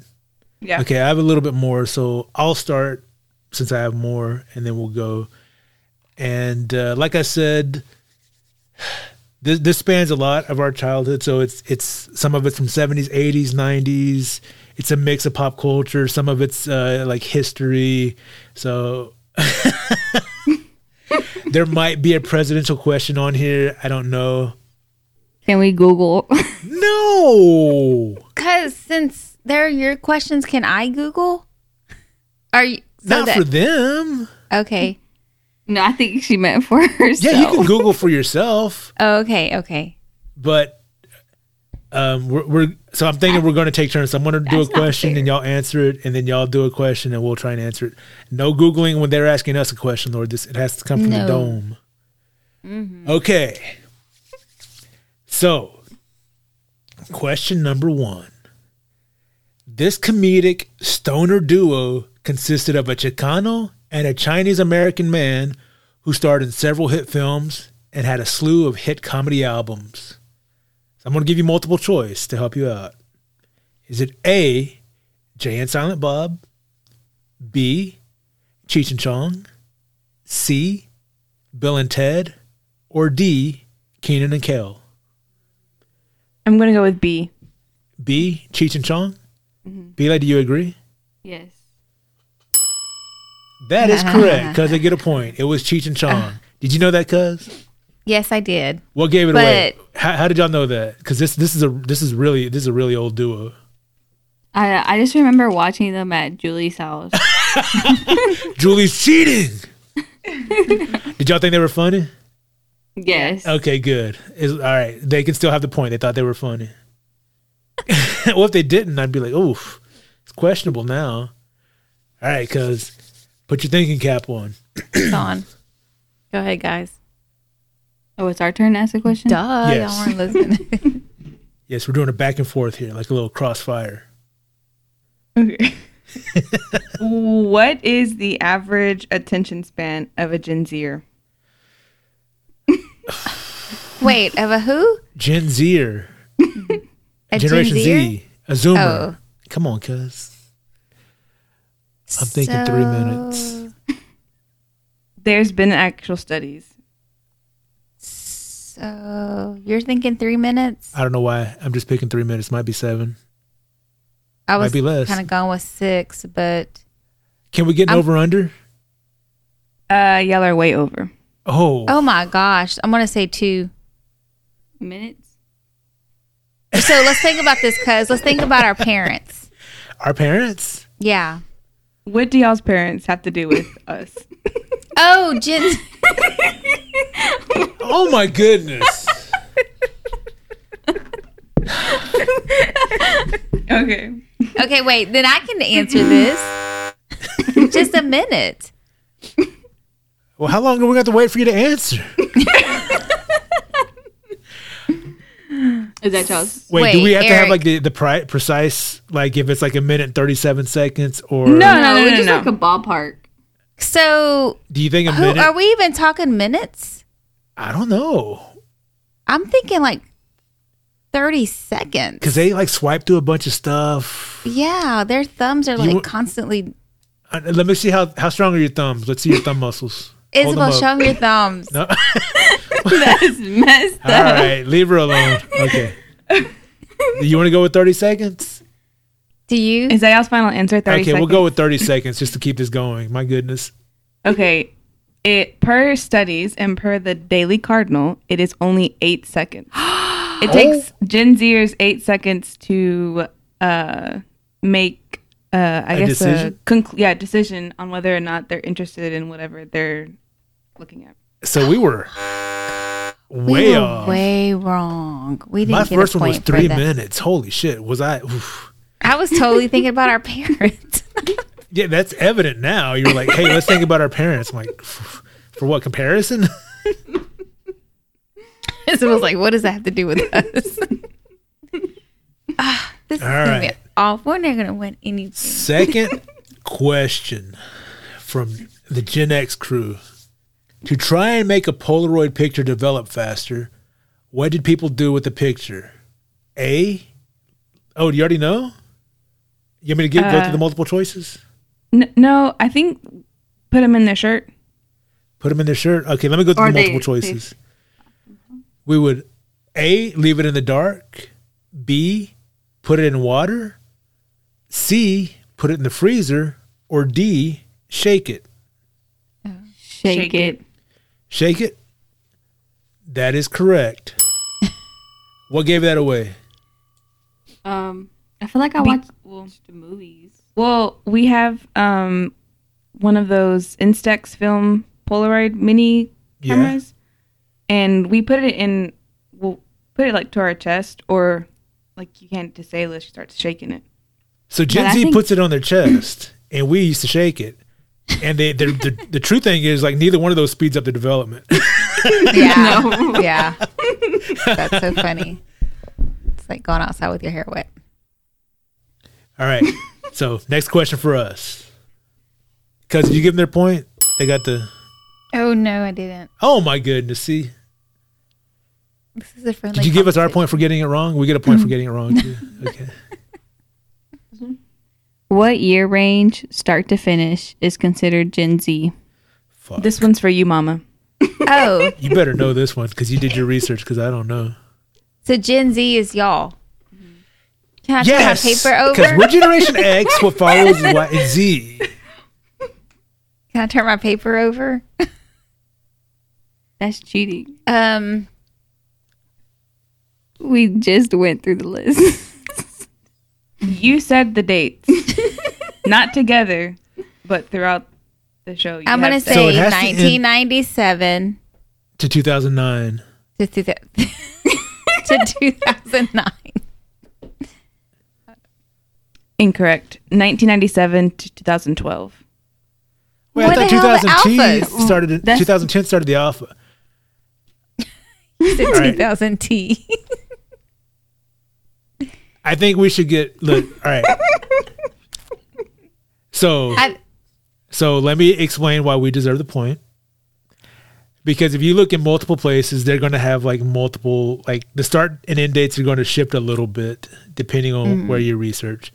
Speaker 4: Yeah.
Speaker 2: Okay, I have a little bit more, so I'll start since I have more, and then we'll go. And uh, like I said, this this spans a lot of our childhood. So it's it's some of it's from seventies, eighties, nineties. It's a mix of pop culture. Some of it's uh, like history. So <laughs> there might be a presidential question on here. I don't know.
Speaker 3: Can we Google? <laughs>
Speaker 2: No,
Speaker 1: Because since they're your questions, can I Google? Are you so
Speaker 2: not
Speaker 1: that-
Speaker 2: for them.
Speaker 1: okay?
Speaker 3: no, I think she meant for herself.
Speaker 2: Yeah, you can Google for yourself.
Speaker 1: Oh, okay, okay.
Speaker 2: but um, we're, we're so I'm thinking we're going to take turns. So I'm going to do a question and y'all answer it, and then y'all do a question and we'll try and answer it. No googling when they're asking us a question, Lord. This it has to come from
Speaker 1: No.
Speaker 2: the dome. Okay. So, question number one: This comedic stoner duo consisted of a Chicano and a Chinese American man who starred in several hit films and had a slew of hit comedy albums. So I'm going to give you multiple choice to help you out. Is it A, Jay and Silent Bob, B, Cheech and Chong, C, Bill and Ted, or D, Keenan and Kel?
Speaker 4: I'm gonna go with B.
Speaker 2: B, Cheech and Chong? Bila, do you agree?
Speaker 3: Yes.
Speaker 2: That is correct because I get a point. It was Cheech and Chong. Did you know that, cuz?
Speaker 1: Yes, I did.
Speaker 2: What gave it
Speaker 1: But-
Speaker 2: away? How, how did y'all know that? Because this this is a this is really this is a really old duo.
Speaker 3: I I just remember watching them at
Speaker 2: <laughs>
Speaker 3: Julie's house.
Speaker 2: Julie's cheating. did y'all think they were funny?
Speaker 3: yes.
Speaker 2: Okay, good. Is all right. They can still have the point. They thought they were funny. <laughs> well, if they didn't, I'd be like, oof, it's questionable now. All right, cuz put your thinking cap on.
Speaker 1: It's on. Go ahead, guys.
Speaker 3: Oh, it's our turn to ask a question.
Speaker 1: Duh,
Speaker 2: Yes.
Speaker 1: Oh, y'all weren't listening.
Speaker 2: <laughs> Yes, we're doing a back and forth here, like a little crossfire.
Speaker 4: Okay. what is the average attention span of a Gen Zer?
Speaker 1: Wait, of a who?
Speaker 2: Gen Zer,
Speaker 1: <laughs> A Gen
Speaker 2: Generation
Speaker 1: Zer?
Speaker 2: Z, a Zoomer.
Speaker 1: Oh.
Speaker 2: Come on, cuz. I'm thinking three minutes.
Speaker 4: There's been actual studies.
Speaker 1: So you're thinking three minutes?
Speaker 2: I don't know why. I'm just picking three minutes. Might be seven.
Speaker 1: I
Speaker 2: Might
Speaker 1: was
Speaker 2: be less.
Speaker 1: kind of going with six, but
Speaker 2: Can we get an
Speaker 1: I'm-
Speaker 2: over under?
Speaker 4: Uh, y'all are way over.
Speaker 2: Oh,
Speaker 1: oh my gosh, I'm gonna say two.
Speaker 3: Minutes.
Speaker 1: So let's think about this, cuz let's think about our parents.
Speaker 2: our parents?
Speaker 1: Yeah.
Speaker 4: What do y'all's parents have to do with <laughs> us?
Speaker 1: Oh, Gen.
Speaker 2: Oh my goodness.
Speaker 4: Okay.
Speaker 1: Okay, wait. Then I can answer
Speaker 2: <laughs>
Speaker 1: this. Just a minute.
Speaker 2: Well, how long are we going to have to wait for you to answer?
Speaker 3: Is that Charles?
Speaker 2: Wait, do we
Speaker 1: Wait,
Speaker 2: have to have
Speaker 1: Eric.
Speaker 2: like the, the pri- precise, like if it's like a minute and 37 seconds or
Speaker 4: No, no,
Speaker 3: we
Speaker 4: no, no,
Speaker 3: just
Speaker 4: no.
Speaker 3: like a ballpark.
Speaker 1: So,
Speaker 2: do you think a
Speaker 1: who,
Speaker 2: minute?
Speaker 1: are we even talking minutes?
Speaker 2: I don't know.
Speaker 1: I'm thinking like 30 seconds.
Speaker 2: Because they like swipe through a bunch of stuff.
Speaker 1: yeah, their thumbs are like
Speaker 2: wa-
Speaker 1: constantly.
Speaker 2: Uh, Let me see how, how strong are your thumbs. Let's see your thumb muscles. Hold
Speaker 1: Isabel,
Speaker 2: them
Speaker 1: show
Speaker 2: up.
Speaker 1: them your
Speaker 2: <laughs>
Speaker 1: thumbs.
Speaker 2: No.
Speaker 3: That's messed
Speaker 2: All
Speaker 3: up.
Speaker 2: right, leave her alone. Okay. <laughs> You want to go with 30 seconds?
Speaker 1: Do you?
Speaker 4: Is that y'all's final answer? Thirty
Speaker 2: Okay,
Speaker 4: seconds.
Speaker 2: we'll go with 30 seconds just to keep this going. My goodness.
Speaker 4: Okay. It per studies and per the Daily Cardinal, it is only eight <gasps> seconds. it takes Gen Zers eight seconds to uh, make, uh, I
Speaker 2: A
Speaker 4: guess,
Speaker 2: decision?
Speaker 4: a conc- yeah decision on whether or not they're interested in whatever they're looking at.
Speaker 2: So we were
Speaker 1: we
Speaker 2: way
Speaker 1: were
Speaker 2: off.
Speaker 1: way wrong. We didn't
Speaker 2: My
Speaker 1: get
Speaker 2: first
Speaker 1: a
Speaker 2: one
Speaker 1: point
Speaker 2: was three
Speaker 1: for that.
Speaker 2: minutes. Holy shit. Was I? oof.
Speaker 1: I was totally thinking about
Speaker 2: <laughs>
Speaker 1: our parents. <laughs>
Speaker 2: Yeah, that's evident now. You're like, hey, let's think about our parents. I'm like, <laughs> for
Speaker 1: <laughs>
Speaker 2: what comparison? <laughs>
Speaker 1: Isabel's like, what does that have to do with us? Ah, this
Speaker 2: All
Speaker 1: is going to
Speaker 2: right.
Speaker 1: be awful. We're not going to win
Speaker 2: <laughs>
Speaker 1: anything.
Speaker 2: Second question from the Gen X crew. To try and make a Polaroid picture develop faster, what did people do with the picture? A. Oh, do you already know? You want me to give, go through
Speaker 1: Uh,
Speaker 2: the multiple choices?
Speaker 4: N- no, I think put them in their shirt.
Speaker 2: Put them in their shirt. Okay, let me go through
Speaker 3: Or
Speaker 2: the
Speaker 3: they- Mm-hmm.
Speaker 2: multiple choices. We would A, leave it in the dark. B, put it in water. C, put it in the freezer. Or D, shake it.
Speaker 3: Shake, it.
Speaker 2: Shake it. That is
Speaker 3: <laughs>
Speaker 2: correct. what gave that away?
Speaker 3: Um, I feel like I watched, watched the movies.
Speaker 4: Well, we have um, one of those Instax film Polaroid mini
Speaker 2: Yeah.
Speaker 4: cameras, and we put it in. We'll put it like to our chest, or like you can't disable it. She starts shaking it.
Speaker 2: So Gen
Speaker 3: I
Speaker 2: Z
Speaker 3: think-
Speaker 2: puts it on their chest, and we used to shake it. And they, the, the the true thing is like neither one of those speeds up the development.
Speaker 1: <laughs> Yeah. Yeah. That's
Speaker 2: <laughs>
Speaker 1: so funny. It's like going outside with your hair wet.
Speaker 2: All right. <laughs> so next question for us. Cause you give them their point, they got the
Speaker 1: Oh, no, I didn't.
Speaker 2: oh my goodness. See,
Speaker 1: This is a friendly.
Speaker 2: did you give us our point for getting it wrong? We get a point
Speaker 1: Mm-hmm.
Speaker 2: for getting it
Speaker 1: <laughs>
Speaker 2: wrong too. Okay.
Speaker 3: What year range, start to finish, is considered Gen Z?
Speaker 2: Fuck.
Speaker 4: This one's for you, Mama.
Speaker 1: Oh,
Speaker 2: you better know this one because you did your research. Because I don't know.
Speaker 1: so Gen Z is y'all. Can I turn my paper
Speaker 2: Because
Speaker 1: over? <laughs>
Speaker 2: we're Generation X. What follows is Y and Z.
Speaker 1: Can I turn my paper over?
Speaker 3: That's cheating.
Speaker 1: Um,
Speaker 3: We just went through the list.
Speaker 4: You said
Speaker 3: <laughs>
Speaker 4: the dates, not together, but throughout the show. You
Speaker 1: I'm going to
Speaker 4: have
Speaker 1: say
Speaker 4: said-
Speaker 2: So it has to end-
Speaker 1: 1997
Speaker 2: To 2009.
Speaker 1: to, two thou- <laughs> to 2009.
Speaker 4: incorrect. 1997 to 2012.
Speaker 2: Wait,
Speaker 1: What
Speaker 2: I thought
Speaker 1: the hell are the
Speaker 2: 2010
Speaker 1: alphas?
Speaker 2: started.
Speaker 3: That's-
Speaker 2: 2010 started the alpha.
Speaker 1: To
Speaker 2: right.
Speaker 1: 2000 T.
Speaker 2: I think we should get look.
Speaker 1: <laughs>
Speaker 2: All right. So
Speaker 1: I-
Speaker 2: so let me explain why we deserve the point. Because if you look in multiple places, they're going to have like multiple like the start and end dates are going to shift a little bit depending on where you research.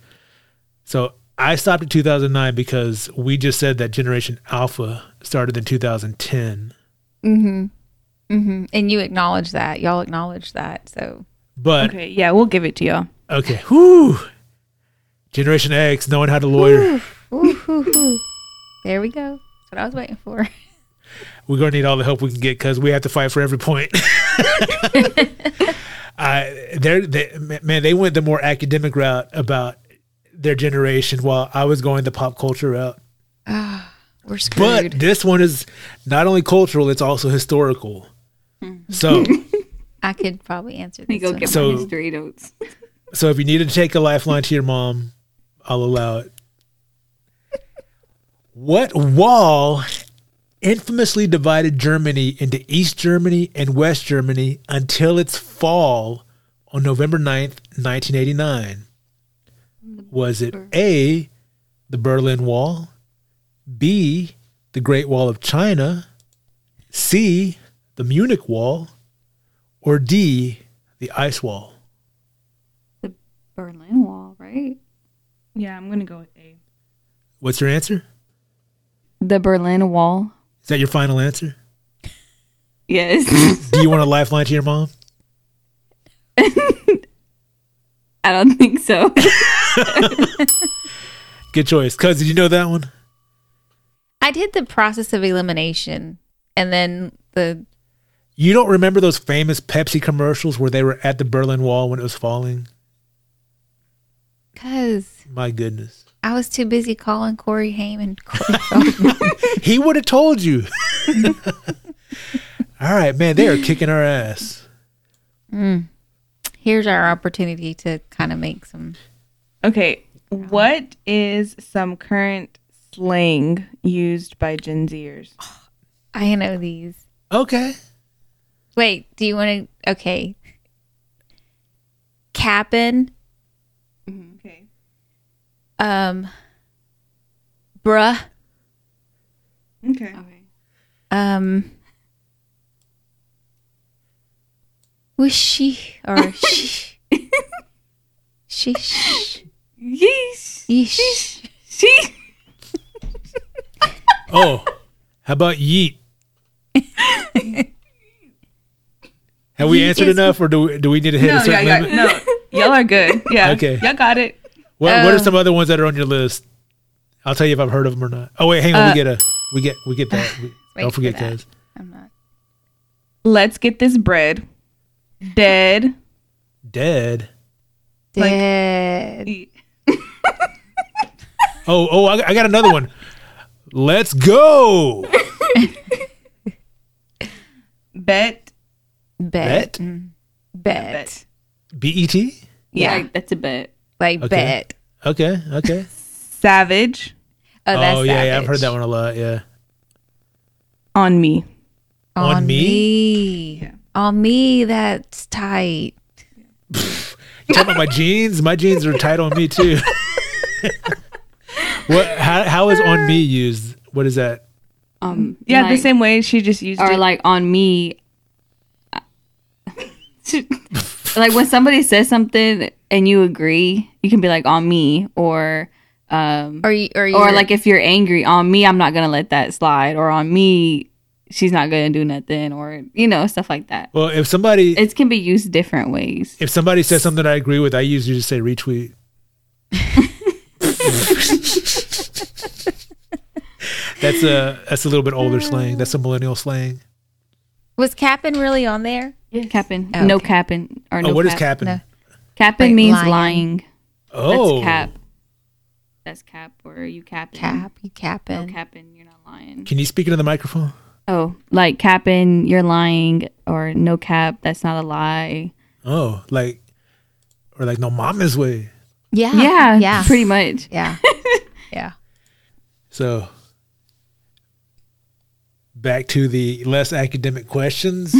Speaker 2: So I stopped at 2009 because we just said that Generation Alpha started in 2010.
Speaker 1: hmm And you acknowledge that. Y'all acknowledge that. So
Speaker 2: But
Speaker 4: Okay, yeah, we'll give it to y'all.
Speaker 2: Okay. Whoo. Generation X knowing how to lawyer.
Speaker 1: Ooh, hoo, hoo. there we go. That's what I was waiting for.
Speaker 2: We're gonna need all the help we can get because we have to fight for every point. <laughs> I they're they, man, they went the more academic route about their generation, while I was going the pop culture route.
Speaker 1: We're
Speaker 2: But this one is not only cultural; it's also historical. So,
Speaker 1: I could probably answer
Speaker 3: Let me
Speaker 1: this.
Speaker 3: go
Speaker 1: one.
Speaker 3: get
Speaker 2: So-
Speaker 3: my history notes.
Speaker 2: so if you need to take a lifeline to your mom, I'll allow it. What wall infamously divided Germany into East Germany and West Germany until its fall on November 9th, 1989? Was it A, the Berlin Wall, B, the Great Wall of China, C, the Munich Wall, or D, the Ice Wall?
Speaker 3: The Berlin Wall, right?
Speaker 4: Yeah, I'm gonna go with A.
Speaker 2: What's your answer?
Speaker 3: The Berlin Wall.
Speaker 2: Is that your final answer?
Speaker 3: Yes. <laughs>
Speaker 2: Do you want a lifeline to your mom?
Speaker 3: I don't think so.
Speaker 2: Good choice. Cuz, did you know that one?
Speaker 1: I did the process of elimination and then the
Speaker 2: You don't remember those famous Pepsi commercials where they were at the Berlin Wall when it was falling?
Speaker 1: because
Speaker 2: My goodness.
Speaker 1: I was too busy calling Corey Haim and <laughs> Corey
Speaker 2: He would have told <laughs> you. All right, man, they are kicking our ass.
Speaker 1: Here's our opportunity to kind of make some.
Speaker 4: Okay, what is some current slang used by Gen Zers?
Speaker 1: I know these.
Speaker 2: Okay.
Speaker 1: Wait, do you want to? Okay. Capping,
Speaker 4: Mm-hmm, Okay,
Speaker 1: um, bruh,
Speaker 4: okay.
Speaker 3: okay.
Speaker 1: um, was she or
Speaker 4: <laughs>
Speaker 1: she? Sheesh.
Speaker 3: Yeesh.
Speaker 1: Yeesh.
Speaker 3: She.
Speaker 2: Oh, how about
Speaker 4: <laughs>
Speaker 2: yeet? Have we answered
Speaker 1: is-
Speaker 2: enough, or do we, do we need to hit a
Speaker 4: No, yeah,
Speaker 2: certain
Speaker 4: yeah,
Speaker 2: limit?
Speaker 4: no, <laughs> y'all
Speaker 3: <laughs>
Speaker 4: are good. Yeah,
Speaker 2: Okay.
Speaker 4: y'all got it. Um,
Speaker 2: What, what are
Speaker 1: Oh.
Speaker 2: some other ones that are on your list? I'll tell you if I've heard of them or not. Oh wait, hang on. we
Speaker 4: Uh,
Speaker 2: get a we get we get that.
Speaker 4: <laughs>
Speaker 2: We,
Speaker 1: wait
Speaker 2: don't
Speaker 1: for
Speaker 2: forget,
Speaker 1: that.
Speaker 2: guys.
Speaker 1: I'm not.
Speaker 4: Let's get this bread. Dead.
Speaker 2: Dead.
Speaker 4: Like-
Speaker 1: Dead.
Speaker 2: <laughs> Oh oh, I, I got another one. Let's go.
Speaker 4: Bet.
Speaker 1: bet.
Speaker 2: Bet?
Speaker 1: Mm. Bet.
Speaker 4: Bet.
Speaker 2: B E T.
Speaker 3: Yeah,
Speaker 4: Yeah.
Speaker 3: that's a bet.
Speaker 1: Like
Speaker 2: Okay.
Speaker 1: bet.
Speaker 2: Okay
Speaker 4: <laughs>
Speaker 2: okay.
Speaker 4: Savage
Speaker 1: Oh, that's
Speaker 2: oh yeah, yeah, I've heard
Speaker 1: savage.
Speaker 2: that one a lot. Yeah.
Speaker 4: on me.
Speaker 1: On,
Speaker 2: On
Speaker 1: me.
Speaker 2: me?
Speaker 4: Yeah.
Speaker 1: On me. That's tight.
Speaker 2: You talking about my jeans? My jeans are tight on me
Speaker 4: <laughs>
Speaker 2: too. <laughs> what? How, how is on me used? What is that?
Speaker 3: Um.
Speaker 4: Yeah,
Speaker 3: like-
Speaker 4: the same way she just used
Speaker 3: Or
Speaker 4: it.
Speaker 3: like on me. <laughs> like when somebody says something and you agree, you can be like on me or um
Speaker 1: Or you, or, you
Speaker 3: or like if you're angry on me, I'm not gonna let that slide or on me, she's not gonna do nothing or you know stuff like that.
Speaker 2: Well, if somebody
Speaker 3: It can be used different ways.
Speaker 2: if somebody says something I agree with, I usually just say retweet. that's a that's a little bit older slang. That's a millennial slang.
Speaker 1: was Cap'n really on there?
Speaker 3: Capping,
Speaker 1: Oh,
Speaker 3: no
Speaker 1: okay.
Speaker 3: capping or no.
Speaker 2: oh, what is
Speaker 3: cap-
Speaker 2: capping?
Speaker 1: No.
Speaker 3: Capping
Speaker 1: Wait,
Speaker 3: means
Speaker 1: lying.
Speaker 3: lying.
Speaker 2: Oh,
Speaker 3: That's cap. That's cap or you capping.
Speaker 1: Cap. You Cap'n.
Speaker 3: No capping. You're not lying.
Speaker 2: Can you speak into the microphone?
Speaker 3: Oh, like capping, you're lying, or no cap, that's not a lie.
Speaker 2: Oh, like or like no mama's way.
Speaker 1: Yeah.
Speaker 3: Yeah,
Speaker 1: Yeah.
Speaker 3: pretty much.
Speaker 1: Yeah. yeah.
Speaker 2: So back to the less academic questions.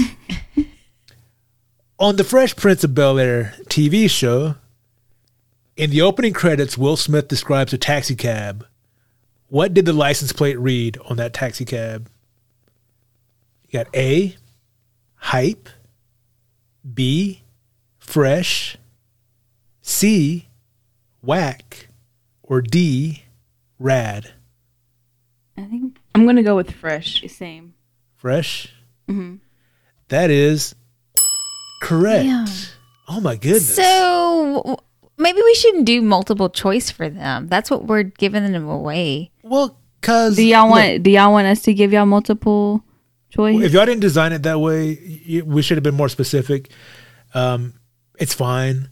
Speaker 2: On the Fresh Prince of Bel Air TV show, in the opening credits, Will Smith describes a taxi cab. What did the license plate read on that taxi cab? You got A, hype, B, fresh, C, whack, or D, rad.
Speaker 3: I think
Speaker 4: I'm gonna go with fresh.
Speaker 3: it's same.
Speaker 2: Fresh.
Speaker 1: Mm-hmm.
Speaker 2: That is correct. Oh my goodness.
Speaker 1: So w- maybe we shouldn't do multiple choice for them. That's what we're giving them away.
Speaker 2: well, cause
Speaker 3: Do y'all
Speaker 2: look,
Speaker 3: want do y'all want us to give y'all multiple choice?
Speaker 2: if y'all didn't design it that way, y we should have been more specific. Um, it's fine.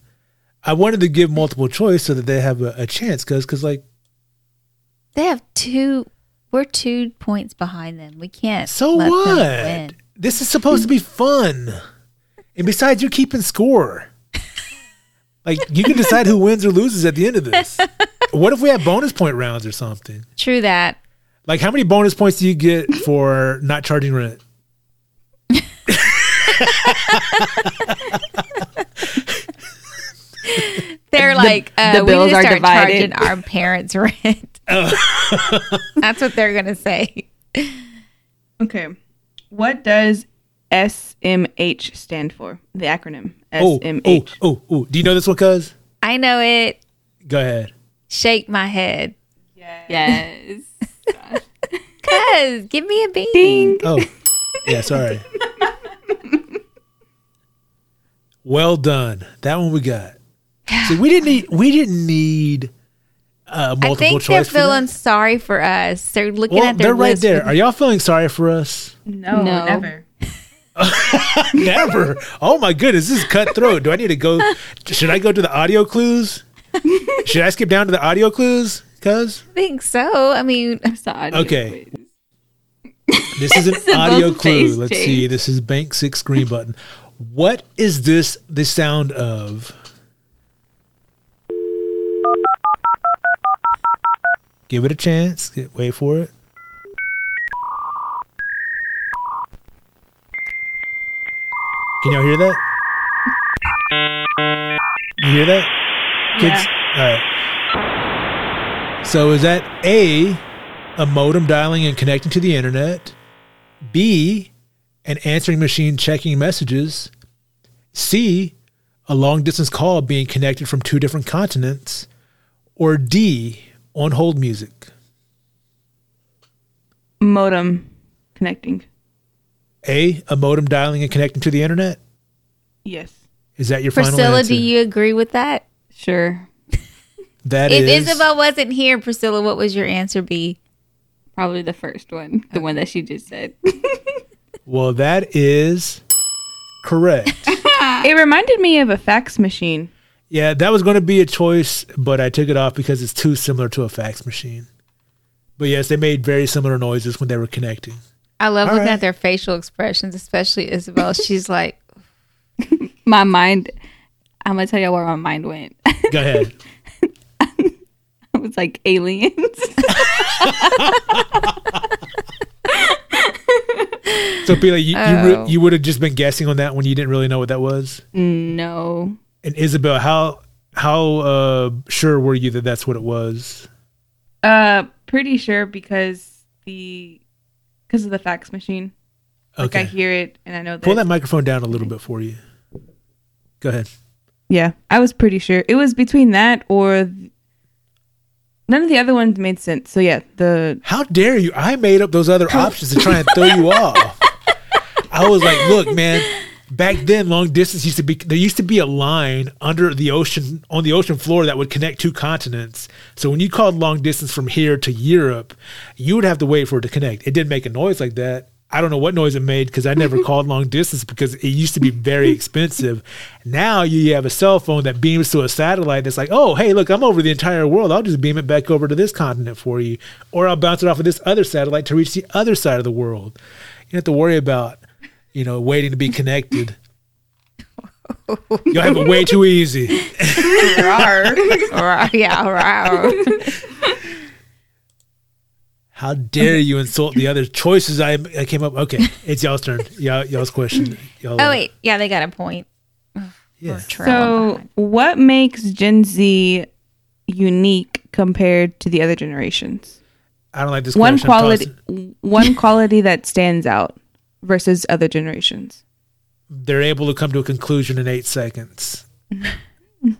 Speaker 2: I wanted to give multiple choice so that they have a, a chance, cause, cause like
Speaker 1: They have two. We're two points behind them. We can't.
Speaker 2: so
Speaker 1: let them
Speaker 2: what?
Speaker 1: win.
Speaker 2: This is supposed to be fun, and
Speaker 1: <laughs>
Speaker 2: besides, you're keeping score. like you can decide who wins or loses at the end of this. What if we had bonus point rounds or something?
Speaker 1: True that.
Speaker 2: Like, how many bonus points do you
Speaker 1: <laughs>
Speaker 2: get for not charging rent?
Speaker 1: They're like, uh,
Speaker 3: the
Speaker 1: we
Speaker 3: bills
Speaker 1: need to
Speaker 3: are
Speaker 1: start charging
Speaker 3: divided.
Speaker 1: our parents <laughs>
Speaker 2: <laughs>
Speaker 1: rent. That's what they're gonna say.
Speaker 4: Okay. What does SMH stand for? The acronym
Speaker 2: Oh, oh,
Speaker 4: SMH.
Speaker 2: oh, oh. Do you know this one, cuz?
Speaker 1: I know it.
Speaker 2: Go ahead.
Speaker 1: Shake my head.
Speaker 3: Yes.
Speaker 1: Cuz, give me a bean.
Speaker 2: Oh,
Speaker 1: <laughs>
Speaker 2: yeah, sorry. well done. That one we got. See, we didn't need. We didn't need uh, multiple
Speaker 1: I think they're
Speaker 2: choice. for that.
Speaker 1: feeling sorry for us. They're looking
Speaker 2: well,
Speaker 1: at their
Speaker 2: they're right
Speaker 1: list
Speaker 2: there.
Speaker 1: with-
Speaker 2: Are y'all feeling sorry
Speaker 1: <laughs>
Speaker 2: for us?
Speaker 4: No,
Speaker 3: No.
Speaker 4: never.
Speaker 2: Never. Oh my goodness, this is cutthroat. Do I need to go? Should I go to the
Speaker 1: <laughs>
Speaker 2: audio clues? Should I skip down to the audio clues? Cause
Speaker 1: I think so. I mean,
Speaker 3: <laughs> It's the audio
Speaker 2: Okay.
Speaker 3: quiz.
Speaker 2: <laughs> this is an
Speaker 3: a
Speaker 2: audio
Speaker 3: bold
Speaker 2: clue.
Speaker 3: face,
Speaker 2: Let's
Speaker 3: James.
Speaker 2: see. This is bank six green button. What is this? The sound of? Give it a chance. Get- Wait for it. Can y'all hear that? You hear that? Kids? All right. So is that A, a modem dialing and connecting to the internet? B, an answering machine checking messages? C, a long distance call being connected from two different continents? Or D, on hold music?
Speaker 4: Modem connecting.
Speaker 2: A, a modem dialing and connecting to the internet?
Speaker 4: Yes.
Speaker 2: Is that your final
Speaker 1: Priscilla,
Speaker 2: answer?
Speaker 1: do you agree with that?
Speaker 3: Sure.
Speaker 2: That
Speaker 1: If
Speaker 2: is-
Speaker 1: Isabel wasn't here, Priscilla, what was your answer be?
Speaker 3: Probably the first one, the one that she just said. <laughs>
Speaker 2: well, that is correct.
Speaker 1: <laughs>
Speaker 4: It reminded me of a fax machine.
Speaker 2: Yeah, that was going to be a choice, but I took it off because it's too similar to a fax machine. But yes, they made very similar noises when they were connecting.
Speaker 1: I love
Speaker 2: All
Speaker 1: looking
Speaker 2: right.
Speaker 1: at their facial expressions, especially
Speaker 2: <laughs>
Speaker 1: Isabel. She's like,
Speaker 3: my mind, I'm going to tell y'all where my mind went. <laughs> I
Speaker 2: Go ahead.
Speaker 3: <laughs> was like, aliens.
Speaker 2: so, Pila, you, you,
Speaker 1: Oh.
Speaker 2: re- you would have just been guessing on that when you didn't really know what that was.
Speaker 3: <laughs> no.
Speaker 2: And Isabel, how how uh, sure were you that that's what it was?
Speaker 4: Uh, pretty sure because the because of the fax machine. Like I
Speaker 2: Okay,
Speaker 4: hear it and I know that.
Speaker 2: pull that microphone down a little bit for you. Go ahead.
Speaker 4: yeah, I was pretty sure it was between that or th- none of the other ones made sense. So yeah, the
Speaker 2: How dare you? I made up those other options to try and throw you off. I was like, look, man, back then long distance used to be there used to be a line under the ocean on the ocean floor that would connect two continents. So when you called long distance from here to Europe, you would have to wait for it to connect. It didn't make a noise like that. I don't know what noise it made because I never called long distance because it used to be very expensive. Now you have a cell phone that beams to a satellite that's like, oh, hey, look, I'm over the entire world. I'll just beam it back over to this continent for you. Or I'll bounce it off of this other satellite to reach the other side of the world. You don't have to worry about, you know, waiting to be connected. You'll have it way too easy.
Speaker 1: "Rah, yeah,
Speaker 2: <laughs>
Speaker 1: rah."
Speaker 2: How dare you insult the other choices I, I came up? Okay, it's y'all's turn. Y'all, y'all's question. Y'all,
Speaker 1: Oh, wait. Yeah, they got a point.
Speaker 2: Yeah.
Speaker 1: So,
Speaker 4: so what makes Gen Z unique compared to the other generations?
Speaker 2: I don't like this
Speaker 4: One
Speaker 2: question. I'm
Speaker 4: quality,
Speaker 2: tossing-
Speaker 4: one quality that stands out versus other generations.
Speaker 2: They're able to come to a conclusion in eight seconds. Uh,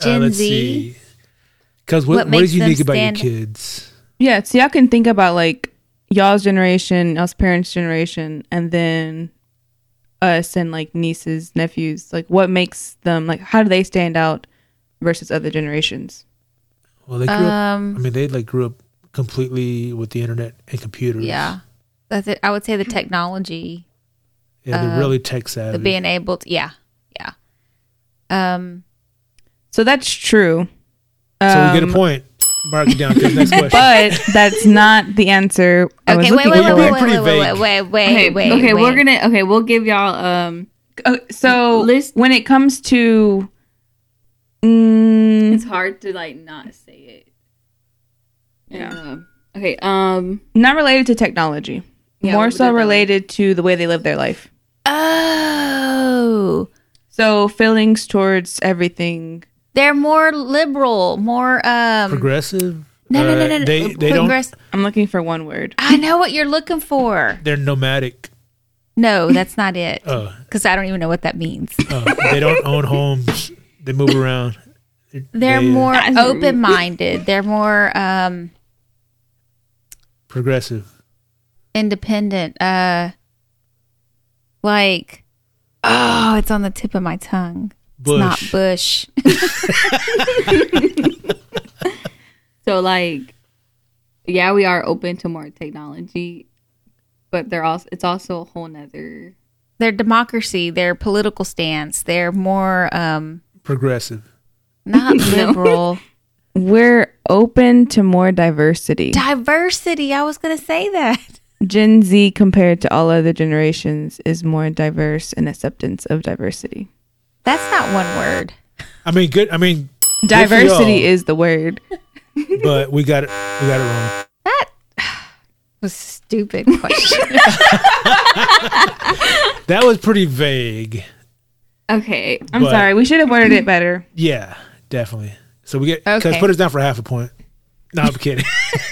Speaker 1: Gen Z.
Speaker 2: Because what,
Speaker 1: What
Speaker 2: what is
Speaker 1: makes them
Speaker 2: unique about your
Speaker 1: stand-
Speaker 2: kids?
Speaker 4: Yeah, so y'all can think about like y'all's generation, y'all's parents' generation, and then us and like nieces, nephews. Like, what makes them like? How do they stand out versus other generations?
Speaker 2: Well, they grew up. I
Speaker 1: Um,
Speaker 2: mean, they like grew up completely with the internet and computers.
Speaker 1: yeah. That's it. I would say the technology,
Speaker 2: yeah, they're
Speaker 1: Uh,
Speaker 2: really tech savvy.
Speaker 1: the being able to, yeah, yeah. Um,
Speaker 4: So that's true.
Speaker 2: so we get
Speaker 4: Um,
Speaker 2: a point. Mark it down.
Speaker 1: <laughs>
Speaker 2: 'cause Next question.
Speaker 4: but that's not the answer. I
Speaker 1: okay,
Speaker 4: was
Speaker 1: wait,
Speaker 4: looking
Speaker 1: wait, wait,
Speaker 4: for.
Speaker 1: wait,
Speaker 2: pretty
Speaker 1: wait, wait,
Speaker 2: vague.
Speaker 1: wait,
Speaker 3: Okay,
Speaker 1: wait, wait.
Speaker 3: okay,
Speaker 1: wait.
Speaker 3: we're gonna okay, we'll give y'all um
Speaker 4: Uh, so
Speaker 3: List-
Speaker 4: when it comes to Mm,
Speaker 3: It's hard to like not say it.
Speaker 4: Yeah.
Speaker 3: Um, okay. Um.
Speaker 4: not related to technology.
Speaker 3: Yeah,
Speaker 4: More
Speaker 3: what
Speaker 4: so
Speaker 3: would it be?
Speaker 4: related to the way they live their life.
Speaker 1: Oh,
Speaker 4: So feelings towards everything.
Speaker 1: they're more liberal, more um.
Speaker 2: Progressive.
Speaker 1: no, no, no,
Speaker 2: Uh,
Speaker 1: no, no.
Speaker 2: They they don't.
Speaker 1: Progress-
Speaker 4: I'm looking for one word.
Speaker 1: I know what you're looking for.
Speaker 2: They're nomadic.
Speaker 1: No, that's not it.
Speaker 2: Uh,
Speaker 1: Because I don't even know what that means.
Speaker 2: uh, they don't own homes. They move around.
Speaker 1: They're
Speaker 2: They-
Speaker 1: more open minded. They're more um
Speaker 2: Progressive.
Speaker 1: independent. Uh like oh, it's on the tip of my tongue. It's not
Speaker 2: Bush.
Speaker 1: Bush. <laughs>
Speaker 3: So like, yeah, we are open to more technology, but they're also it's also a whole nother.
Speaker 1: Their democracy, their political stance, they're more um
Speaker 2: Progressive.
Speaker 1: <laughs> not liberal.
Speaker 4: We're open to more diversity.
Speaker 1: Diversity. I was gonna say that.
Speaker 4: Gen Z compared to all other generations is more diverse in acceptance of diversity.
Speaker 1: That's not one word.
Speaker 2: I mean, good. I mean, Good for y'all.
Speaker 4: Diversity is the word.
Speaker 2: but we got it. We got it wrong.
Speaker 1: That was a stupid <laughs> question.
Speaker 2: That was pretty vague.
Speaker 3: Okay.
Speaker 4: I'm
Speaker 2: But-
Speaker 4: sorry. We should have
Speaker 3: <laughs>
Speaker 4: worded it better.
Speaker 2: Yeah, definitely. So we get because
Speaker 1: Okay.
Speaker 2: put us down for half a point. No,
Speaker 1: <laughs>
Speaker 2: I'm kidding.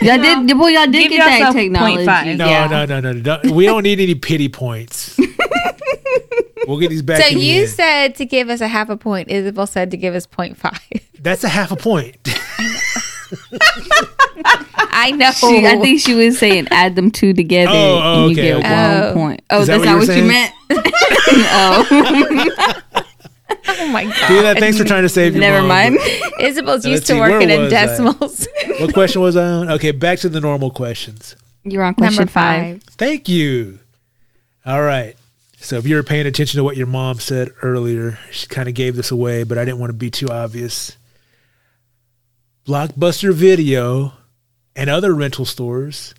Speaker 3: Y'all did well. Y'all did
Speaker 4: Give
Speaker 3: get that
Speaker 4: yourself
Speaker 3: technology.
Speaker 4: 0.5.
Speaker 2: No,
Speaker 3: yeah.
Speaker 2: no, no, no, no. Don't- We don't need any pity
Speaker 1: <laughs>
Speaker 2: points. we'll get these back.
Speaker 1: so
Speaker 2: in the
Speaker 1: you
Speaker 2: end.
Speaker 1: said to give us a half a point. Isabel said to give us 0.5.
Speaker 2: that's a half a point.
Speaker 1: <laughs>
Speaker 2: <laughs>
Speaker 1: I know. Oh
Speaker 3: She, I think she was <laughs> saying add them two together
Speaker 2: Oh, oh,
Speaker 3: and you
Speaker 2: okay,
Speaker 3: get
Speaker 1: okay.
Speaker 3: one
Speaker 1: Oh.
Speaker 3: point. Oh,
Speaker 2: Is that
Speaker 3: that's
Speaker 2: what
Speaker 3: not
Speaker 2: you
Speaker 3: what
Speaker 2: were
Speaker 3: you
Speaker 2: saying?
Speaker 3: meant. <laughs>
Speaker 2: <laughs>
Speaker 3: oh,
Speaker 1: oh my god.
Speaker 2: Do
Speaker 1: <laughs>
Speaker 2: that. Thanks for trying to save your
Speaker 3: never
Speaker 2: mom,
Speaker 3: mind.
Speaker 1: Isabel's
Speaker 2: Now,
Speaker 1: used
Speaker 2: let's
Speaker 1: to
Speaker 2: see, where
Speaker 1: working in
Speaker 2: was I?
Speaker 1: decimals. <laughs>
Speaker 2: but- What question was I on? Okay, back to the normal questions.
Speaker 3: You're on question
Speaker 1: Number
Speaker 3: five.
Speaker 1: five.
Speaker 2: Thank you. All right. So if you were paying attention to what your mom said earlier, she kind of gave this away, but I didn't want to be too obvious. Blockbuster Video and other rental stores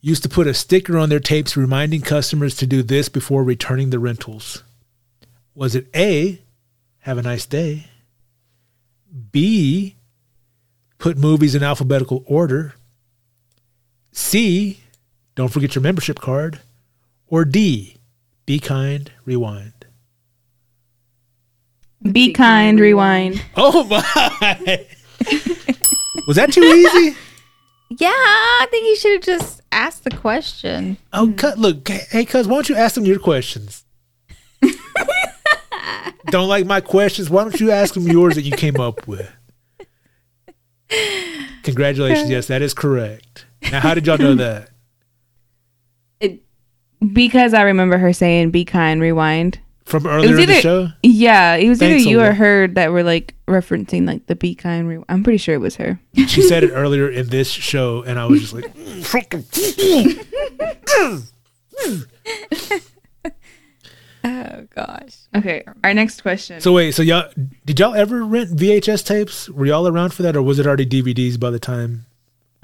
Speaker 2: used to put a sticker on their tapes reminding customers to do this before returning the rentals. Was it A, have a nice day? B, put movies in alphabetical order? C, don't forget your membership card. Or D, be kind, rewind.
Speaker 4: Be kind, rewind.
Speaker 2: Oh my! <laughs> Was that too easy?
Speaker 1: Yeah, I think you should have just asked the question.
Speaker 2: Oh, cut! Look, hey, cuz, why don't you ask them your <laughs> questions? don't like my questions? Why don't you ask them yours that you came up with? Congratulations! Yes, that is correct. Now, how did y'all know that?
Speaker 4: Because I remember her saying, be kind, rewind.
Speaker 2: From earlier in the show?
Speaker 4: yeah, it was
Speaker 2: Thanks
Speaker 4: either
Speaker 2: a
Speaker 4: you or
Speaker 2: lot.
Speaker 4: her that were like referencing like the be kind. Rewind. I'm pretty sure it was her.
Speaker 2: She said it earlier in this show, and I was just like, <laughs>
Speaker 1: Oh gosh.
Speaker 4: Okay, our next question.
Speaker 2: So wait, so y'all did y'all ever rent VHS tapes? Were y'all around for that, or was it already DVDs by the time?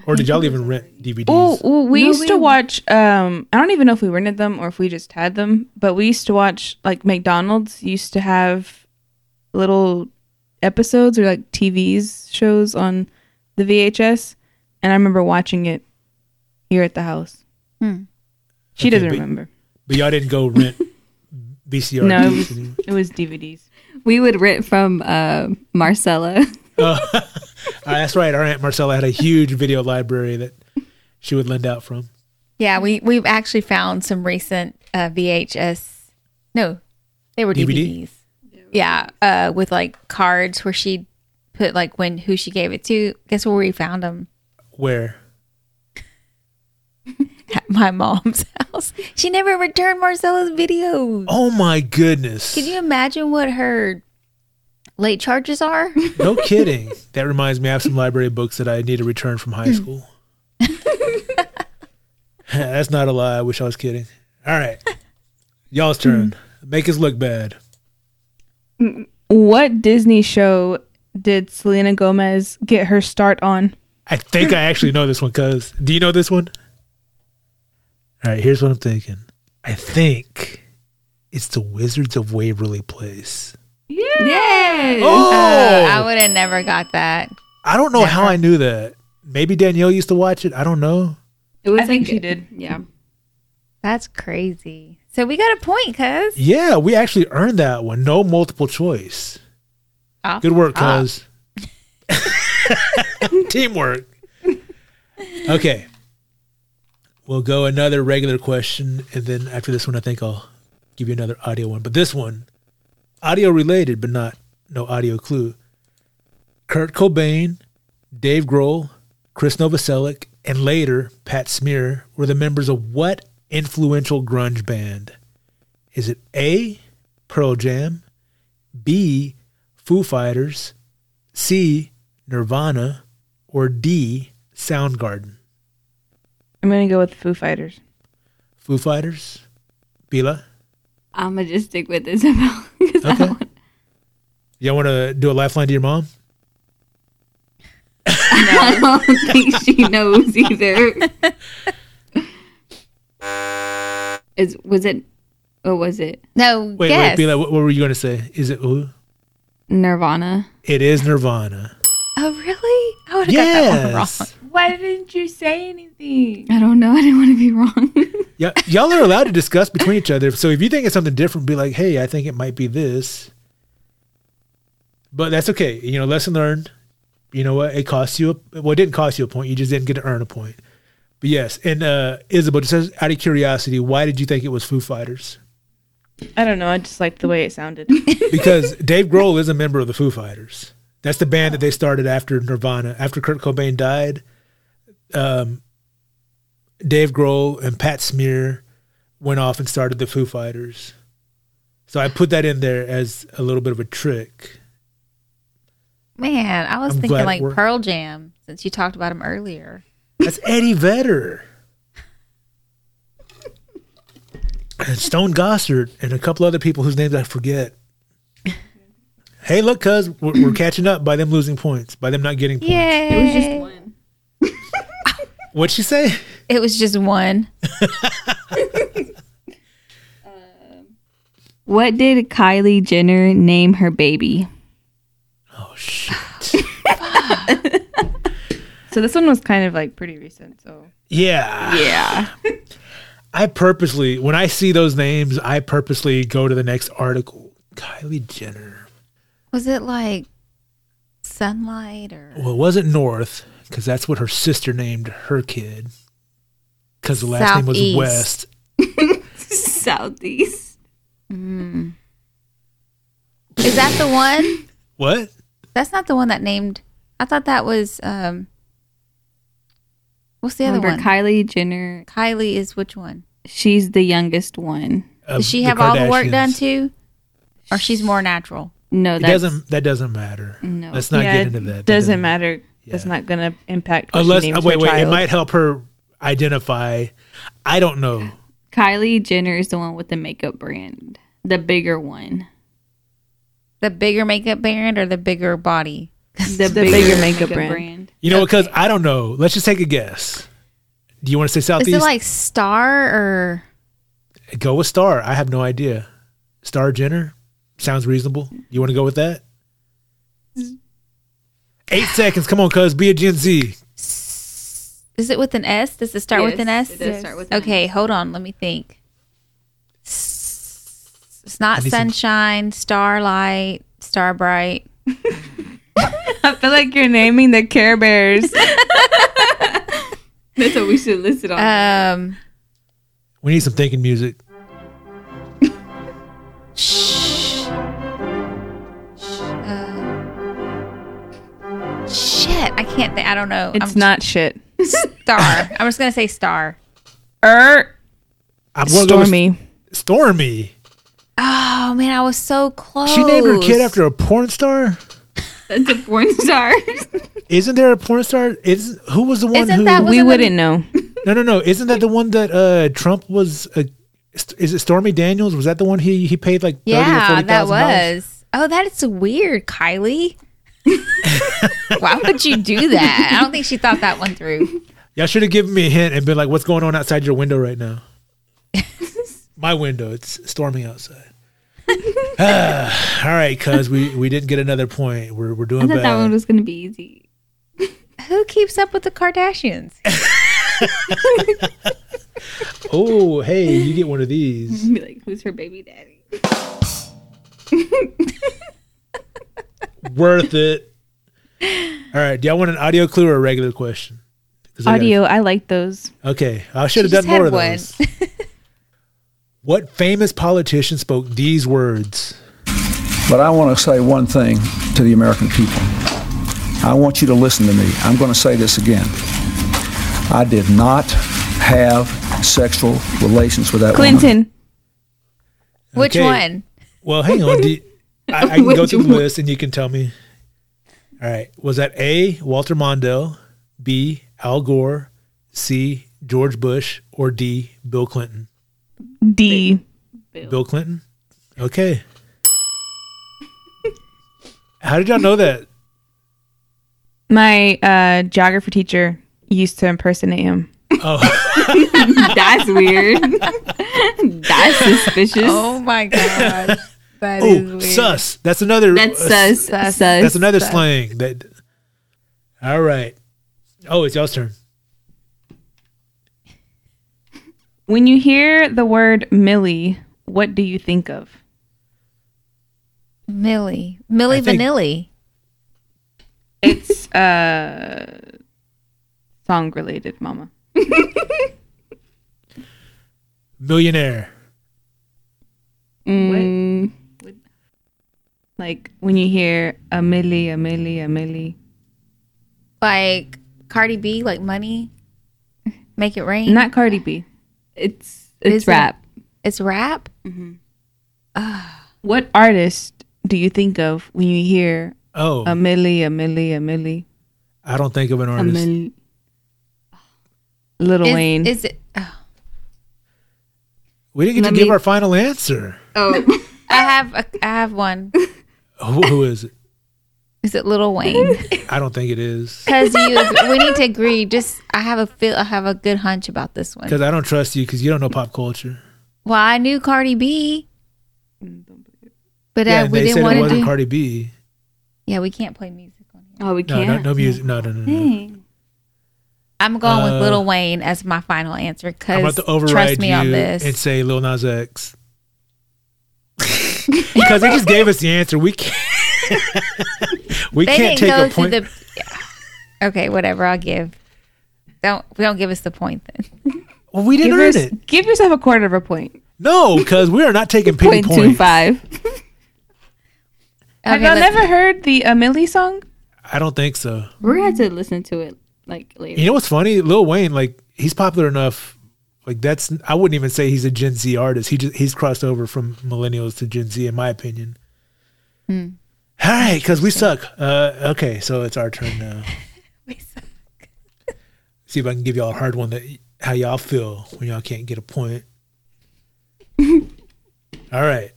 Speaker 2: Or did y'all even rent DVDs?
Speaker 4: Oh, well, we
Speaker 3: No,
Speaker 4: used to
Speaker 3: we-
Speaker 4: watch. Um, I don't even know if we rented them or if we just had them, but we used to watch like McDonald's used to have little episodes or like TV's shows on the VHS, and I remember watching it here at the house.
Speaker 1: Hmm.
Speaker 4: She
Speaker 2: Okay,
Speaker 4: doesn't
Speaker 2: but-
Speaker 4: remember.
Speaker 2: But y'all didn't go rent VCR.
Speaker 4: No, it
Speaker 2: tapes
Speaker 4: was,
Speaker 2: anymore.
Speaker 4: it was DVDs.
Speaker 3: We would rent from uh, Marcella. <laughs>
Speaker 2: Uh, that's right. Our aunt Marcella had a huge video library that she would lend out from.
Speaker 1: Yeah, we we've actually found some recent uh, VHS. No, they were
Speaker 2: DVD?
Speaker 1: DVDs. Yeah, uh, with like cards where she put like when who she gave it to. Guess where we found them?
Speaker 2: Where?
Speaker 1: <laughs> At my mom's <laughs> house. She never returned Marcella's videos.
Speaker 2: Oh my goodness!
Speaker 1: Can you imagine what her late charges
Speaker 2: <laughs>
Speaker 1: are?
Speaker 2: No kidding. That reminds me, I have some library books that I need to return from high school. <laughs> That's not a lie. I wish I was kidding. All right. Y'all's turn. Make us look bad.
Speaker 4: What Disney show did Selena Gomez get her start on?
Speaker 2: I think I actually know this one, cuz. Do you know this one? All right, here's what I'm thinking. I think it's the Wizards of Waverly Place.
Speaker 3: Yay!
Speaker 2: Oh,
Speaker 1: Oh, I would have never got that.
Speaker 2: I don't know how I knew that. Maybe Danielle used to watch it. I don't know.
Speaker 3: It was
Speaker 4: I think
Speaker 3: like-
Speaker 4: she did.
Speaker 3: Yeah.
Speaker 1: That's crazy. So we got a point, cuz.
Speaker 2: Yeah, we actually earned that one. No multiple choice.
Speaker 1: Ah.
Speaker 2: Good work, cuz. <laughs> Teamwork. Okay. We'll go another regular question. And then after this one, I think I'll give you another audio one. But this one, audio related, but not no audio clue. Kurt Cobain, Dave Grohl, Chris Novoselic, and later Pat Smear were the members of what influential grunge band? Is it A, Pearl Jam, B, Foo Fighters, C, Nirvana, or D, Soundgarden?
Speaker 4: I'm gonna go with Foo Fighters.
Speaker 2: Foo Fighters? Bila?
Speaker 3: I'm going to just stick with Isabel. 'cause I
Speaker 2: Okay.
Speaker 3: don't-
Speaker 2: Y'all want to do a lifeline to your mom?
Speaker 3: I don't think she
Speaker 2: <laughs>
Speaker 3: knows either. Is Was it, what was it?
Speaker 1: No,
Speaker 2: Wait,
Speaker 1: guess.
Speaker 2: wait, Bila, what, what were you going to say? Is it ooh?
Speaker 3: Nirvana.
Speaker 2: It is Nirvana.
Speaker 1: oh, really? I would have got that one wrong.
Speaker 2: Yes.
Speaker 4: Why didn't you say anything?
Speaker 3: I don't know. <laughs> I didn't want to be wrong.
Speaker 2: Y- y'all are allowed to discuss between each other. So if you think it's something different, be like, hey, I think it might be this. But that's okay. You know, lesson learned. You know what? It cost you a well, it didn't cost you a point. You just didn't get to earn a point. But yes, and uh Isabel, just as- out of curiosity, why did you think it was Foo Fighters?
Speaker 4: I don't know. I just liked the way it <laughs> sounded.
Speaker 2: Because Dave Grohl is a member of the Foo Fighters. That's the band that they started after Nirvana. After Kurt Cobain died, um, Dave Grohl and Pat Smear went off and started the Foo Fighters. So I put that in there as a little bit of a trick.
Speaker 1: Man, I was
Speaker 2: I'm glad
Speaker 1: thinking
Speaker 2: it
Speaker 1: like
Speaker 2: worked.
Speaker 1: Pearl Jam since you talked about him earlier.
Speaker 2: That's Eddie Vedder. And Stone Gossard and a couple other people whose names I forget. Hey, look, cuz we're, we're catching up by them losing points, by them not getting points.
Speaker 1: Yay.
Speaker 3: It was just one.
Speaker 2: What'd she say?
Speaker 1: It was just one.
Speaker 3: What did Kylie Jenner name her baby?
Speaker 2: Oh shit.
Speaker 4: so this one was kind of like pretty recent. So
Speaker 2: Yeah. Yeah. I purposely, when I see those names, I purposely go to the next article. Kylie Jenner.
Speaker 1: Was it like sunlight or
Speaker 2: Well, it wasn't North because that's what her sister named her kid. Because the last name was
Speaker 1: Southeast.
Speaker 2: West.
Speaker 3: <laughs> Southeast.
Speaker 1: Is that the one?
Speaker 2: What?
Speaker 1: That's not the one that named. I thought that was um What's the other
Speaker 3: Remember
Speaker 1: one?
Speaker 3: Kylie Jenner?
Speaker 1: Kylie is which one?
Speaker 3: She's the youngest one.
Speaker 2: Of
Speaker 1: Does she have all the work done
Speaker 2: Uh, Kardashians.
Speaker 1: too? Or she's more natural?
Speaker 3: No,
Speaker 2: It
Speaker 3: that's
Speaker 2: doesn't. That doesn't matter.
Speaker 3: No.
Speaker 2: Let's not
Speaker 4: yeah,
Speaker 2: get into
Speaker 4: it
Speaker 2: that. That
Speaker 4: doesn't matter. It's
Speaker 2: Yeah.
Speaker 4: not gonna impact. what she
Speaker 2: Unless uh,
Speaker 4: names
Speaker 2: wait,
Speaker 4: her
Speaker 2: wait. It
Speaker 4: child.
Speaker 2: might help her identify. I don't know.
Speaker 3: Kylie Jenner is the one with the makeup brand, the bigger one,
Speaker 1: The bigger makeup band or the bigger body?
Speaker 3: the,
Speaker 4: bigger
Speaker 2: <laughs>
Speaker 4: makeup brand.
Speaker 2: You know, because I don't know. Let's just take a guess. Do you want to say
Speaker 1: Is
Speaker 2: Southeast?
Speaker 1: it like star or
Speaker 2: Go with Star. I have no idea. Star Jenner sounds reasonable. You want to go with that? Eight
Speaker 1: <sighs>
Speaker 2: seconds. Come on, cuz be a Gen Z.
Speaker 1: is it with an S? Does it start with an S?
Speaker 3: Yes, It does start with an
Speaker 1: Okay, hold on. Let me think. S- It's not sunshine, starlight, star bright.
Speaker 4: I feel like you're naming the Care Bears.
Speaker 3: S. That's what we should list it on.
Speaker 4: Uh,
Speaker 1: Um,
Speaker 2: We need some thinking music.
Speaker 1: shh. Uh, shit, I can't think. I don't know.
Speaker 4: It's
Speaker 1: I'm
Speaker 4: not shit.
Speaker 1: star. I'm just gonna say
Speaker 2: <laughs>
Speaker 1: star.
Speaker 4: Er,
Speaker 2: I'm gonna go with
Speaker 4: Stormy.
Speaker 2: Stormy.
Speaker 1: Oh man, I was so close.
Speaker 2: She named her kid after a porn star.
Speaker 3: That's a porn
Speaker 4: <laughs>
Speaker 3: star.
Speaker 2: Isn't there a porn star? Is who was the one
Speaker 1: Isn't
Speaker 2: who?
Speaker 1: that Wasn't
Speaker 4: We
Speaker 1: the-
Speaker 4: wouldn't know.
Speaker 2: no, no, no. Isn't that the one that uh, Trump was? Uh, is it Stormy Daniels? Was that the one he he paid like thirty or
Speaker 1: Yeah,
Speaker 2: forty
Speaker 1: that
Speaker 2: thousand dollars?
Speaker 1: was. Oh, that is weird, Kylie. <laughs> Why would you do that? I don't think she thought that one through.
Speaker 2: Y'all should have given me a hint and been like, "What's going on outside <sighs> your window right now?" My window. It's storming outside. All right, cuz we we didn't get another point. We're we're
Speaker 3: I
Speaker 2: doing
Speaker 3: thought that one
Speaker 2: bad.
Speaker 3: was gonna be easy.
Speaker 1: Who keeps up with the Kardashians?
Speaker 2: oh, hey, you get one of these.
Speaker 3: <laughs> Be like, who's her baby daddy?
Speaker 2: Worth it. All right, do y'all want an audio clue or a regular question? 'Cause I gotta-
Speaker 4: Audio, I like those.
Speaker 2: okay, I should have
Speaker 1: She just
Speaker 2: done more
Speaker 1: had
Speaker 2: of those. what famous politician spoke these words?
Speaker 7: But I want to say one thing to the American people. I want you to listen to me. I'm going to say this again. I did not have sexual relations with that woman.
Speaker 4: Clinton.
Speaker 1: <laughs> Which
Speaker 2: Okay.
Speaker 1: one?
Speaker 2: Well, hang on. Do you- I, I can go
Speaker 3: Which
Speaker 2: through the
Speaker 3: one?
Speaker 2: list and you can tell me. All right. Was that A, Walter Mondale, B, Al Gore, C, George Bush, or D, Bill Clinton?
Speaker 4: D.
Speaker 2: Bill Clinton? Okay. How did y'all know that?
Speaker 4: My uh, geography teacher used to impersonate him.
Speaker 2: Oh,
Speaker 3: That's
Speaker 4: <laughs>
Speaker 3: weird. That's suspicious.
Speaker 1: Oh my god. That is
Speaker 2: ooh,
Speaker 1: weird.
Speaker 2: sus. That's another.
Speaker 3: That's
Speaker 2: uh,
Speaker 3: sus.
Speaker 1: sus.
Speaker 3: Sus.
Speaker 2: That's another
Speaker 1: sus.
Speaker 2: slang. That. All right. Oh, it's y'all's turn.
Speaker 4: When you hear the word Millie, what do you think of?
Speaker 1: Millie. Millie
Speaker 2: I think-
Speaker 1: Vanilli.
Speaker 4: It's uh, song related, Mama.
Speaker 2: Millionaire.
Speaker 3: Mm,
Speaker 4: Like when you hear a Millie, a Millie, a Millie.
Speaker 1: Like Cardi B, like money. Make it rain.
Speaker 4: Not Cardi B.
Speaker 3: it's
Speaker 1: Is
Speaker 3: it's
Speaker 1: it-
Speaker 3: rap.
Speaker 1: it's rap.
Speaker 4: What artist do you think of when you hear
Speaker 2: Oh,
Speaker 4: a Millie, a Millie, a Millie?
Speaker 2: I don't think of an
Speaker 3: A
Speaker 2: artist.
Speaker 3: mil-
Speaker 4: Little
Speaker 1: Is,
Speaker 4: Wayne.
Speaker 1: is it oh,
Speaker 2: We didn't get
Speaker 3: Let
Speaker 2: to
Speaker 3: me-
Speaker 2: give our final answer.
Speaker 3: oh,
Speaker 1: I have a, I have one.
Speaker 2: Who, who is it?
Speaker 1: Is it Little Wayne?
Speaker 2: I don't think it is
Speaker 1: Because you we need to agree. Just I have a feel I have a good hunch about this
Speaker 2: <laughs>
Speaker 1: one.
Speaker 2: because I don't trust you because you don't know pop culture.
Speaker 1: Well, I knew Cardi B. But
Speaker 2: yeah,
Speaker 1: uh,
Speaker 2: and
Speaker 1: we
Speaker 2: they
Speaker 1: didn't
Speaker 2: said it
Speaker 1: want to
Speaker 2: wasn't
Speaker 1: do.
Speaker 2: Cardi B.
Speaker 1: yeah, we can't play music on here.
Speaker 3: oh, we
Speaker 2: No, no,
Speaker 3: can't.
Speaker 2: no music. No, no, no. no.
Speaker 3: Dang.
Speaker 1: I'm going
Speaker 2: Uh,
Speaker 1: with Little Wayne as my final answer
Speaker 2: I'm
Speaker 1: because
Speaker 2: about to override
Speaker 1: trust me
Speaker 2: you
Speaker 1: on this.
Speaker 2: and say Lil
Speaker 1: <laughs>
Speaker 2: Nas X <laughs> because they just gave us the answer. We can't. <laughs> we
Speaker 1: they didn't
Speaker 2: can't take
Speaker 1: go
Speaker 2: a
Speaker 1: to
Speaker 2: point.
Speaker 1: the. Yeah. Okay, whatever. I'll give. Don't don't give us the point then.
Speaker 2: well, we didn't
Speaker 4: give,
Speaker 2: earn
Speaker 4: yours-
Speaker 2: it.
Speaker 4: give yourself a quarter of a point.
Speaker 2: No, because we are not taking pity
Speaker 3: Point two
Speaker 2: points.
Speaker 3: five.
Speaker 4: Have
Speaker 1: Okay,
Speaker 4: y'all
Speaker 1: let's-
Speaker 4: never heard the a Millie song?
Speaker 2: I don't think so.
Speaker 3: We're gonna have to listen to it like later.
Speaker 2: You know what's funny? Lil Wayne, like he's popular enough. Like that's I wouldn't even say he's a Gen Z artist. He just he's crossed over from millennials to Gen Z, in my opinion.
Speaker 1: Hmm.
Speaker 2: All right, because we suck. Uh, okay, so it's our turn now.
Speaker 1: <laughs> We suck.
Speaker 2: See if I can give y'all a hard one that y- how y'all feel when y'all can't get
Speaker 1: <laughs>
Speaker 2: a point. All right.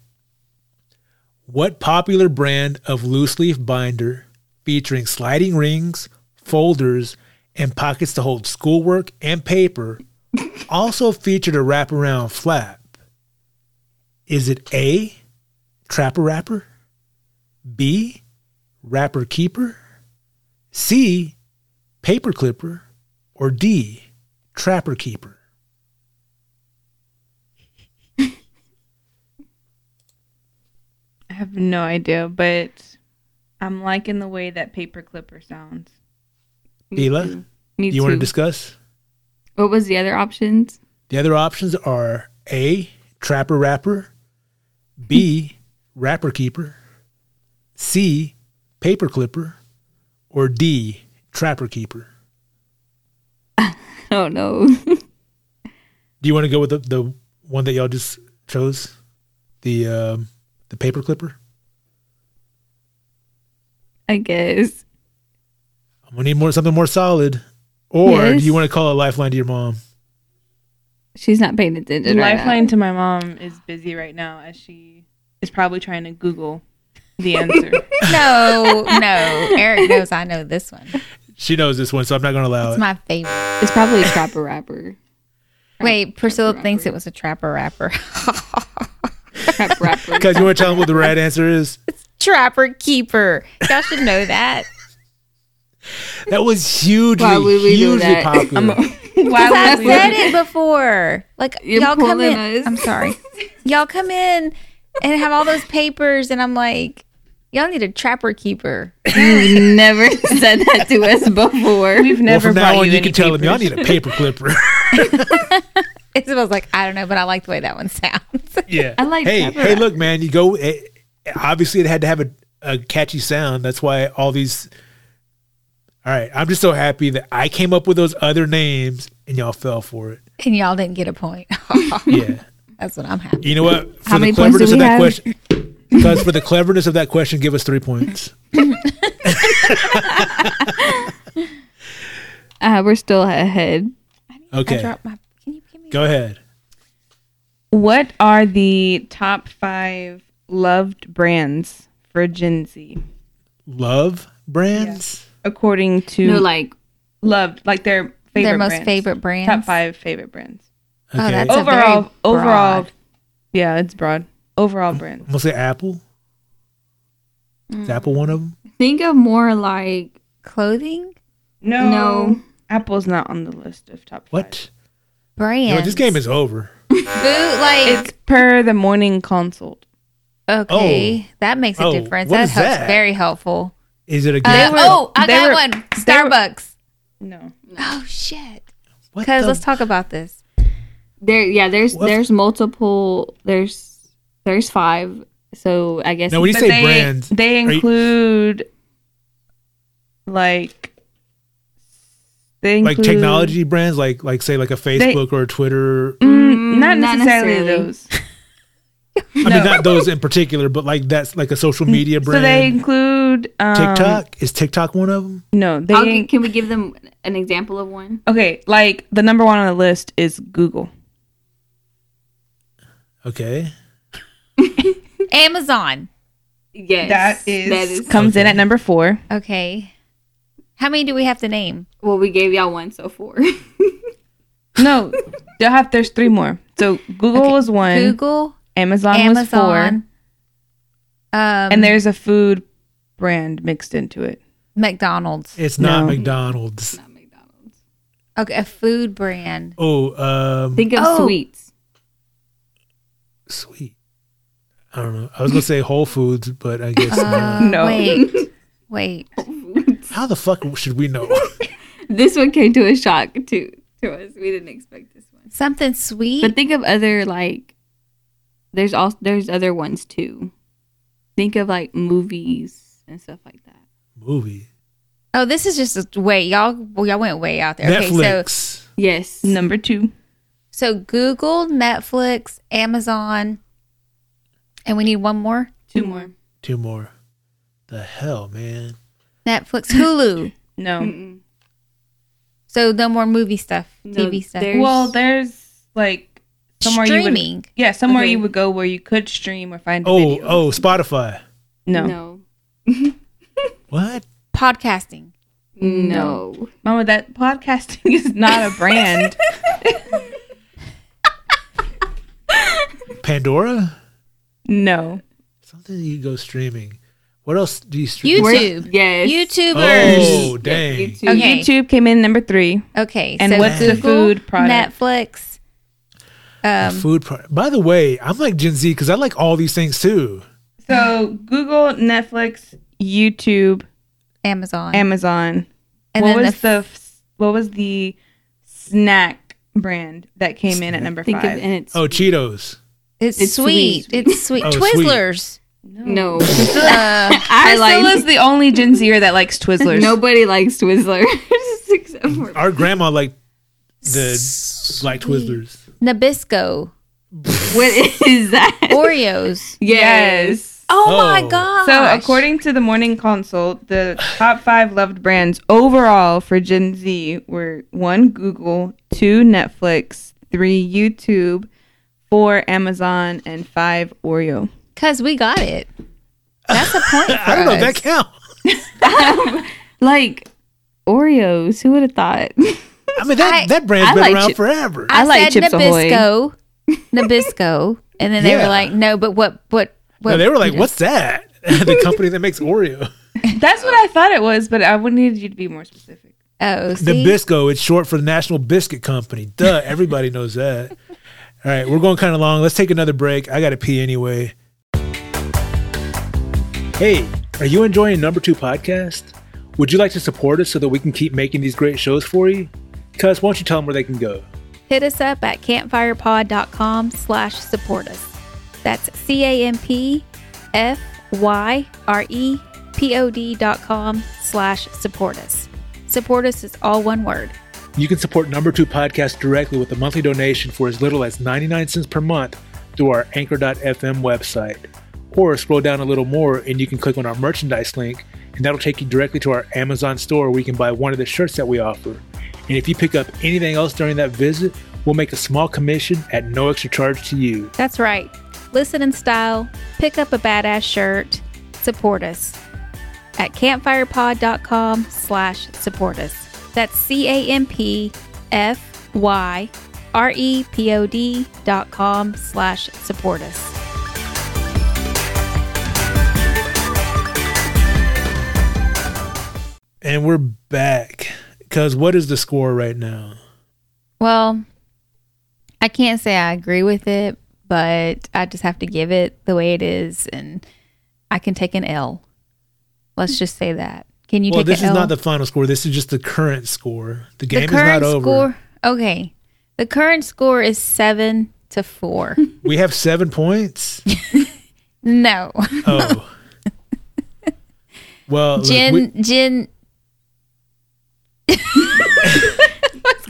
Speaker 2: What popular brand of loose leaf binder featuring sliding rings, folders, and pockets to hold schoolwork and paper also featured a wraparound flap? Is it A, Trapper Wrapper? B, Wrapper Keeper? C, Paper Clipper? Or D, Trapper Keeper?
Speaker 4: I have no idea, but I'm liking the way that paper clipper sounds.
Speaker 2: Hila,
Speaker 3: Me
Speaker 2: you want to
Speaker 3: too.
Speaker 2: discuss?
Speaker 3: what was the other options? <laughs>
Speaker 2: The other options are A, Trapper Rapper, B, Rapper Keeper, C, Paper Clipper, or D, Trapper Keeper.
Speaker 3: I don't know.
Speaker 2: Do you want to go with the, the one that y'all just chose? The um, the paper clipper?
Speaker 3: <laughs> I guess.
Speaker 2: I'm gonna need more something more solid. Or
Speaker 3: Yes.
Speaker 2: do you want to call a lifeline to your mom?
Speaker 3: She's not paying attention. right now.
Speaker 4: Lifeline to my mom is busy right now as she is probably trying to Google <laughs> the answer.
Speaker 1: No, no. Eric knows I know this one.
Speaker 2: She knows this one, so I'm not gonna allow
Speaker 1: It's
Speaker 2: it.
Speaker 1: my favorite.
Speaker 3: It's probably a trapper rapper.
Speaker 1: Wait, Priscilla thinks it was a trapper rapper.
Speaker 3: Trap rapper.
Speaker 2: Because you want to tell them what the right answer is?
Speaker 1: Trapper keeper. Y'all should know that.
Speaker 2: That was hugely,
Speaker 3: Why would we do
Speaker 2: hugely
Speaker 3: that?
Speaker 2: popular.
Speaker 4: Why
Speaker 1: I've
Speaker 4: would
Speaker 1: said
Speaker 2: <laughs>
Speaker 4: we?
Speaker 1: it before. Like
Speaker 3: You're
Speaker 1: y'all come
Speaker 3: pulling
Speaker 1: in.
Speaker 3: us.
Speaker 1: I'm sorry. y'all come in and have all those papers, and I'm like, y'all need a trapper keeper. <laughs>
Speaker 3: You've never <laughs> said that to us before.
Speaker 4: We've
Speaker 2: well,
Speaker 4: never
Speaker 2: from
Speaker 4: brought
Speaker 2: now on, you,
Speaker 4: you, any
Speaker 2: can tell them y'all
Speaker 4: papers.
Speaker 2: need a paper clipper.
Speaker 1: Isabel's like, I don't know, but I like the way that one <laughs> sounds.
Speaker 2: yeah.
Speaker 3: I like
Speaker 2: Hey,
Speaker 3: that.
Speaker 2: hey, look, man. You go. It, obviously, it had to have a, a catchy sound. That's why all these. All right, I'm just so happy that I came up with those other names and y'all fell for it.
Speaker 1: and y'all didn't get a point. <laughs>
Speaker 2: Yeah.
Speaker 1: That's what I'm happy.
Speaker 2: You know what? For
Speaker 3: How many points do we have?
Speaker 2: question, because for the cleverness of that question, give us three points.
Speaker 3: Uh, we're still ahead.
Speaker 1: I
Speaker 2: Okay,
Speaker 1: dropped my. Can you give me?
Speaker 2: go ahead.
Speaker 4: What are the top five loved brands for Gen Z?
Speaker 2: Love brands.
Speaker 4: According to
Speaker 3: No, like
Speaker 4: loved, like their favorite
Speaker 1: Their most
Speaker 4: brands.
Speaker 1: favorite brands.
Speaker 4: Top five favorite brands.
Speaker 1: Oh,
Speaker 2: Okay,
Speaker 1: that's- It's a very
Speaker 4: overall, overall,
Speaker 1: broad-
Speaker 4: yeah, it's broad. Overall brands.
Speaker 2: I'm gonna say Apple. Is Apple one of them?
Speaker 3: think of more like
Speaker 1: Clothing
Speaker 4: No,
Speaker 3: No.
Speaker 4: Apple's not on the list of top five.
Speaker 2: What?
Speaker 1: brand.
Speaker 2: No, this game is over.
Speaker 1: bootleg.
Speaker 4: It's per the morning consult.
Speaker 1: okay, that makes a
Speaker 2: Oh,
Speaker 1: difference.
Speaker 2: what
Speaker 1: That
Speaker 2: is
Speaker 1: helps.
Speaker 2: that?
Speaker 1: Very helpful.
Speaker 2: Is it a
Speaker 1: Uh,
Speaker 2: game?
Speaker 1: oh, I
Speaker 4: they
Speaker 1: got
Speaker 4: were-
Speaker 1: one.
Speaker 4: they were-
Speaker 1: Starbucks.
Speaker 4: No.
Speaker 1: Oh shit.
Speaker 2: What
Speaker 1: Because
Speaker 2: the-
Speaker 1: let's talk about this.
Speaker 3: there. Yeah, there's
Speaker 2: What?
Speaker 3: there's multiple. There's there's five. So I guess
Speaker 2: Now, when you
Speaker 4: But
Speaker 2: say
Speaker 4: they,
Speaker 2: brands,
Speaker 4: they
Speaker 2: are you-
Speaker 4: include like they
Speaker 2: like
Speaker 4: include-
Speaker 2: technology brands, like like say like a Facebook or a Twitter.
Speaker 4: Mm, not,
Speaker 3: Mm, not
Speaker 4: necessarily
Speaker 3: necessarily.
Speaker 4: those.
Speaker 2: I mean, not those in particular, but like that's like a social media
Speaker 4: Mm-hmm. So they
Speaker 2: brand.
Speaker 4: include um,
Speaker 2: TikTok is TikTok one of them?
Speaker 4: No, they
Speaker 3: I'll gi- can we give them an example of one?
Speaker 4: okay. Like the number one on the list is Google.
Speaker 2: Okay,
Speaker 1: Amazon.
Speaker 3: Yes, that is.
Speaker 4: comes in at number four.
Speaker 1: Okay. How many do we have to name?
Speaker 3: Well, we gave y'all one so far.
Speaker 4: No, they'll have there's three more. So Google
Speaker 1: Okay,
Speaker 4: was one.
Speaker 1: Google,
Speaker 4: Amazon, was
Speaker 1: Amazon,
Speaker 4: four.
Speaker 1: um,
Speaker 4: And there's a food brand mixed into it.
Speaker 1: McDonald's.
Speaker 2: it's not
Speaker 4: No.
Speaker 2: McDonald's.
Speaker 1: Okay, a food brand.
Speaker 2: Oh, um,
Speaker 3: <laughs> Think of
Speaker 1: Oh.
Speaker 3: sweets.
Speaker 2: sweet. I don't know. I was gonna say Whole Foods, but I
Speaker 4: Uh-huh.
Speaker 2: guess not.
Speaker 4: <laughs> no.
Speaker 1: uh,
Speaker 4: <laughs>
Speaker 1: Wait, wait.
Speaker 2: how the fuck should we know? <laughs>
Speaker 3: This one came to a shock to to us. We didn't expect this one.
Speaker 1: Something sweet.
Speaker 3: But think of other like. There's also there's other ones too. Think of like movies and stuff like that.
Speaker 2: Movie
Speaker 1: oh, this is just a, wait, y'all. Well, y'all went way out there. Okay,
Speaker 2: Netflix.
Speaker 1: so
Speaker 3: Yes.
Speaker 4: Number two.
Speaker 1: so Google, Netflix, Amazon, and we need one more.
Speaker 3: Two more.
Speaker 2: Two more. The hell, man.
Speaker 4: <laughs>
Speaker 1: Netflix, Hulu.
Speaker 4: No.
Speaker 1: so no more movie stuff,
Speaker 3: No,
Speaker 1: TV stuff.
Speaker 3: there's-
Speaker 4: Well, there's like somewhere you
Speaker 1: Streaming.
Speaker 4: would yeah somewhere you
Speaker 3: Okay.
Speaker 4: would go where you could stream or find.
Speaker 2: Oh,
Speaker 4: videos.
Speaker 2: oh, Spotify.
Speaker 4: no.
Speaker 3: No.
Speaker 2: What?
Speaker 1: podcasting.
Speaker 3: No.
Speaker 4: Mama, that podcasting <laughs> is not a brand.
Speaker 2: Pandora?
Speaker 4: <laughs> no,
Speaker 2: Something you go streaming. What else do you stream?
Speaker 1: YouTube.
Speaker 3: Yes.
Speaker 1: YouTubers.
Speaker 2: Oh, dang.
Speaker 3: YouTube.
Speaker 1: Okay.
Speaker 4: YouTube came in number three.
Speaker 1: Okay.
Speaker 4: And what's the food product?
Speaker 1: Netflix. Um,
Speaker 2: Food. Pro- By the way, I'm like Gen Z because I like all these things too.
Speaker 4: So Google, Netflix, YouTube,
Speaker 1: Amazon.
Speaker 4: Amazon.
Speaker 1: and
Speaker 4: what
Speaker 1: then
Speaker 4: was
Speaker 1: the,
Speaker 4: the, f- what was the snack brand that came in at number
Speaker 3: Think
Speaker 4: five?
Speaker 3: of and it's
Speaker 2: Oh, Cheetos.
Speaker 1: it's,
Speaker 3: it's
Speaker 1: sweet. It's sweet.
Speaker 2: Oh, sweet.
Speaker 1: Twizzlers.
Speaker 4: <laughs>
Speaker 3: no.
Speaker 1: Uh,
Speaker 3: I
Speaker 4: Priscilla's
Speaker 3: like
Speaker 4: the only Gen Zer that likes <laughs> Twizzlers.
Speaker 3: <laughs> nobody likes Twizzlers <laughs> except for
Speaker 2: Our grandma liked the like Twizzlers.
Speaker 1: Nabisco.
Speaker 3: what is that?
Speaker 1: Oreos.
Speaker 3: yes.
Speaker 1: Oh, my
Speaker 2: Oh.
Speaker 1: god.
Speaker 4: So, according to the Morning Consult, the top five loved brands overall for Gen Z were one Google, two Netflix, three YouTube, four Amazon, and five Oreo.
Speaker 1: Cuz we got it. That's a point. For
Speaker 2: I don't know. if That
Speaker 1: us.
Speaker 2: count.
Speaker 3: Like Oreos. Who would have thought?
Speaker 4: <laughs>
Speaker 2: I mean, that,
Speaker 1: I-
Speaker 2: that brand's
Speaker 3: I
Speaker 2: been
Speaker 3: like
Speaker 2: around
Speaker 3: Chi-
Speaker 2: forever.
Speaker 1: I,
Speaker 3: I like
Speaker 1: said
Speaker 3: Chips Ahoy.
Speaker 1: Nabisco. Nabisco, and then they
Speaker 2: Yeah.
Speaker 1: were like, "No, but what? What? What?"
Speaker 2: No, they were like, "What's that?" <laughs> the company that makes Oreo.
Speaker 4: That's what I thought it was, but I would need you to be more specific.
Speaker 1: Oh, see?
Speaker 2: Nabisco. It's short for the National Biscuit Company. Duh, everybody knows that. All right, we're going kind of long. Let's take another break. I got to pee anyway. Hey, are you enjoying Number Two Podcast? Would you like to support us so that we can keep making these great shows for you? Cuz, why don't you tell them where they can go?
Speaker 1: Hit us up at campfirepod.com slash support us. That's E C-A-M-P-F-Y-R-E-P-O-D dot com slash support us. Support us is all one word.
Speaker 2: You can support Number Two Podcast directly with a monthly donation for as little as 99 cents per month through our Anchor.fm website. Or scroll down a little more and you can click on our merchandise link, and that'll take you directly to our Amazon store where you can buy one of the shirts that we offer. And if you pick up anything else during that visit, we'll make a small commission at no extra charge to you.
Speaker 1: That's right. Listen in style, pick up a badass shirt, support us at campfirepod.com slash support us. That's E C-A-M-P-F-Y-R-E-P-O-D dot com slash support us.
Speaker 2: And we're back. Because what is the score right now?
Speaker 1: Well, I can't say I agree with it, but I just have to give it the way it is, and I can take an L. Let's just say that. Can you
Speaker 2: well,
Speaker 1: take
Speaker 2: this
Speaker 1: an
Speaker 2: is
Speaker 1: L?
Speaker 2: not the final score. This is just the current score. The game is
Speaker 1: current
Speaker 2: not over.
Speaker 1: Score, okay, the current score is seven to
Speaker 2: <laughs>
Speaker 1: four.
Speaker 2: We have seven points.
Speaker 1: no, <laughs>
Speaker 2: Oh. well, look,
Speaker 1: Jen,
Speaker 2: we-
Speaker 1: Jen,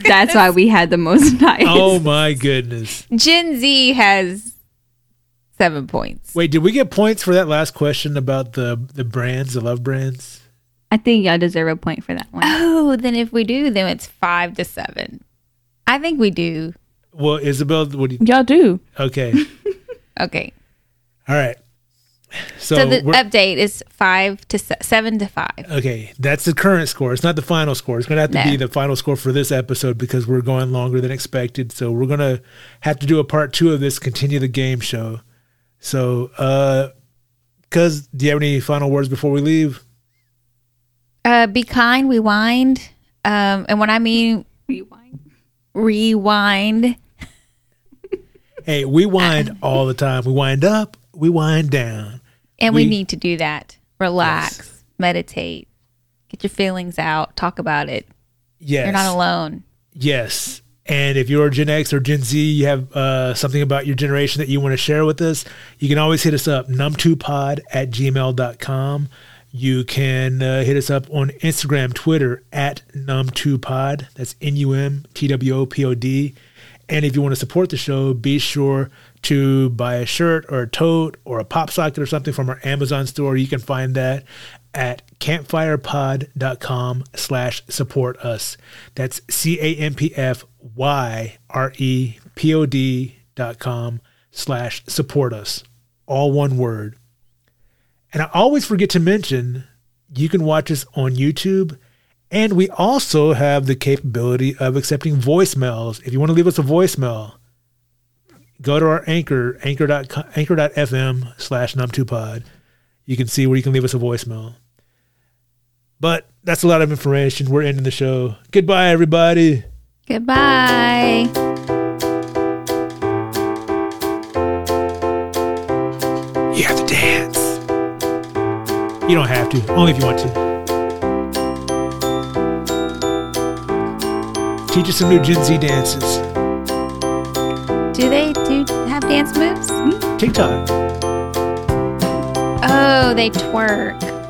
Speaker 3: That's why we had the most <laughs> bias.
Speaker 2: oh my goodness.
Speaker 1: Gen Z has seven points.
Speaker 2: Wait, did we get points for that last question about the the brands, the love brands?
Speaker 3: I think y'all deserve a point for that one.
Speaker 1: Oh, then if we do, then it's five to seven. I think we do.
Speaker 2: Well, Isabel, what do you
Speaker 4: Y'all do.
Speaker 2: Okay.
Speaker 1: Okay.
Speaker 2: All right. So,
Speaker 1: So, the
Speaker 2: we're,
Speaker 1: update is five to se- seven to five.
Speaker 2: okay, that's the current score. It's not the final score. It's going to have to
Speaker 1: No.
Speaker 2: be the final score for this episode because we're going longer than expected. So, we're going to have to do a part 2 of this continue the game show. So, uh cuz do you have any final words before we leave?
Speaker 1: Uh, be kind, we wind. Um, and when I mean rewind,
Speaker 2: Hey, we wind all the time. We wind up, we wind down.
Speaker 1: and we,
Speaker 2: We-
Speaker 1: need to do that. Relax, meditate, get your feelings out, talk about it.
Speaker 2: Yes.
Speaker 1: You're not alone.
Speaker 2: Yes. And if you're Gen X or Gen Z, you have uh, something about your generation that you want to share with us, you can always hit us up, num2pod at gmail.com. You can uh, hit us up on Instagram, Twitter, at num2pod. That's N U M T W O P O D. And if you want to support the show, be sure to buy a shirt or a tote or a pop socket or something from our Amazon store. You can find that at campfirepod.com slash support us. That's E C-A-M-P-F-Y-R-E-P-O-D dot com slash support us. All one word. And I always forget to mention you can watch us on YouTube. And we also have the capability of accepting voicemails. If you want to leave us a voicemail, go to our anchor, anchor.com, anchor.fm slash num2pod. You can see where you can leave us a voicemail. But that's a lot of information. We're ending the show. Goodbye, everybody.
Speaker 1: Goodbye.
Speaker 2: You have to dance. You don't have to, only if you want to. Teach us some new Gen Z dances.
Speaker 1: Do they do have dance moves?
Speaker 2: TikTok.
Speaker 1: Oh, they twerk.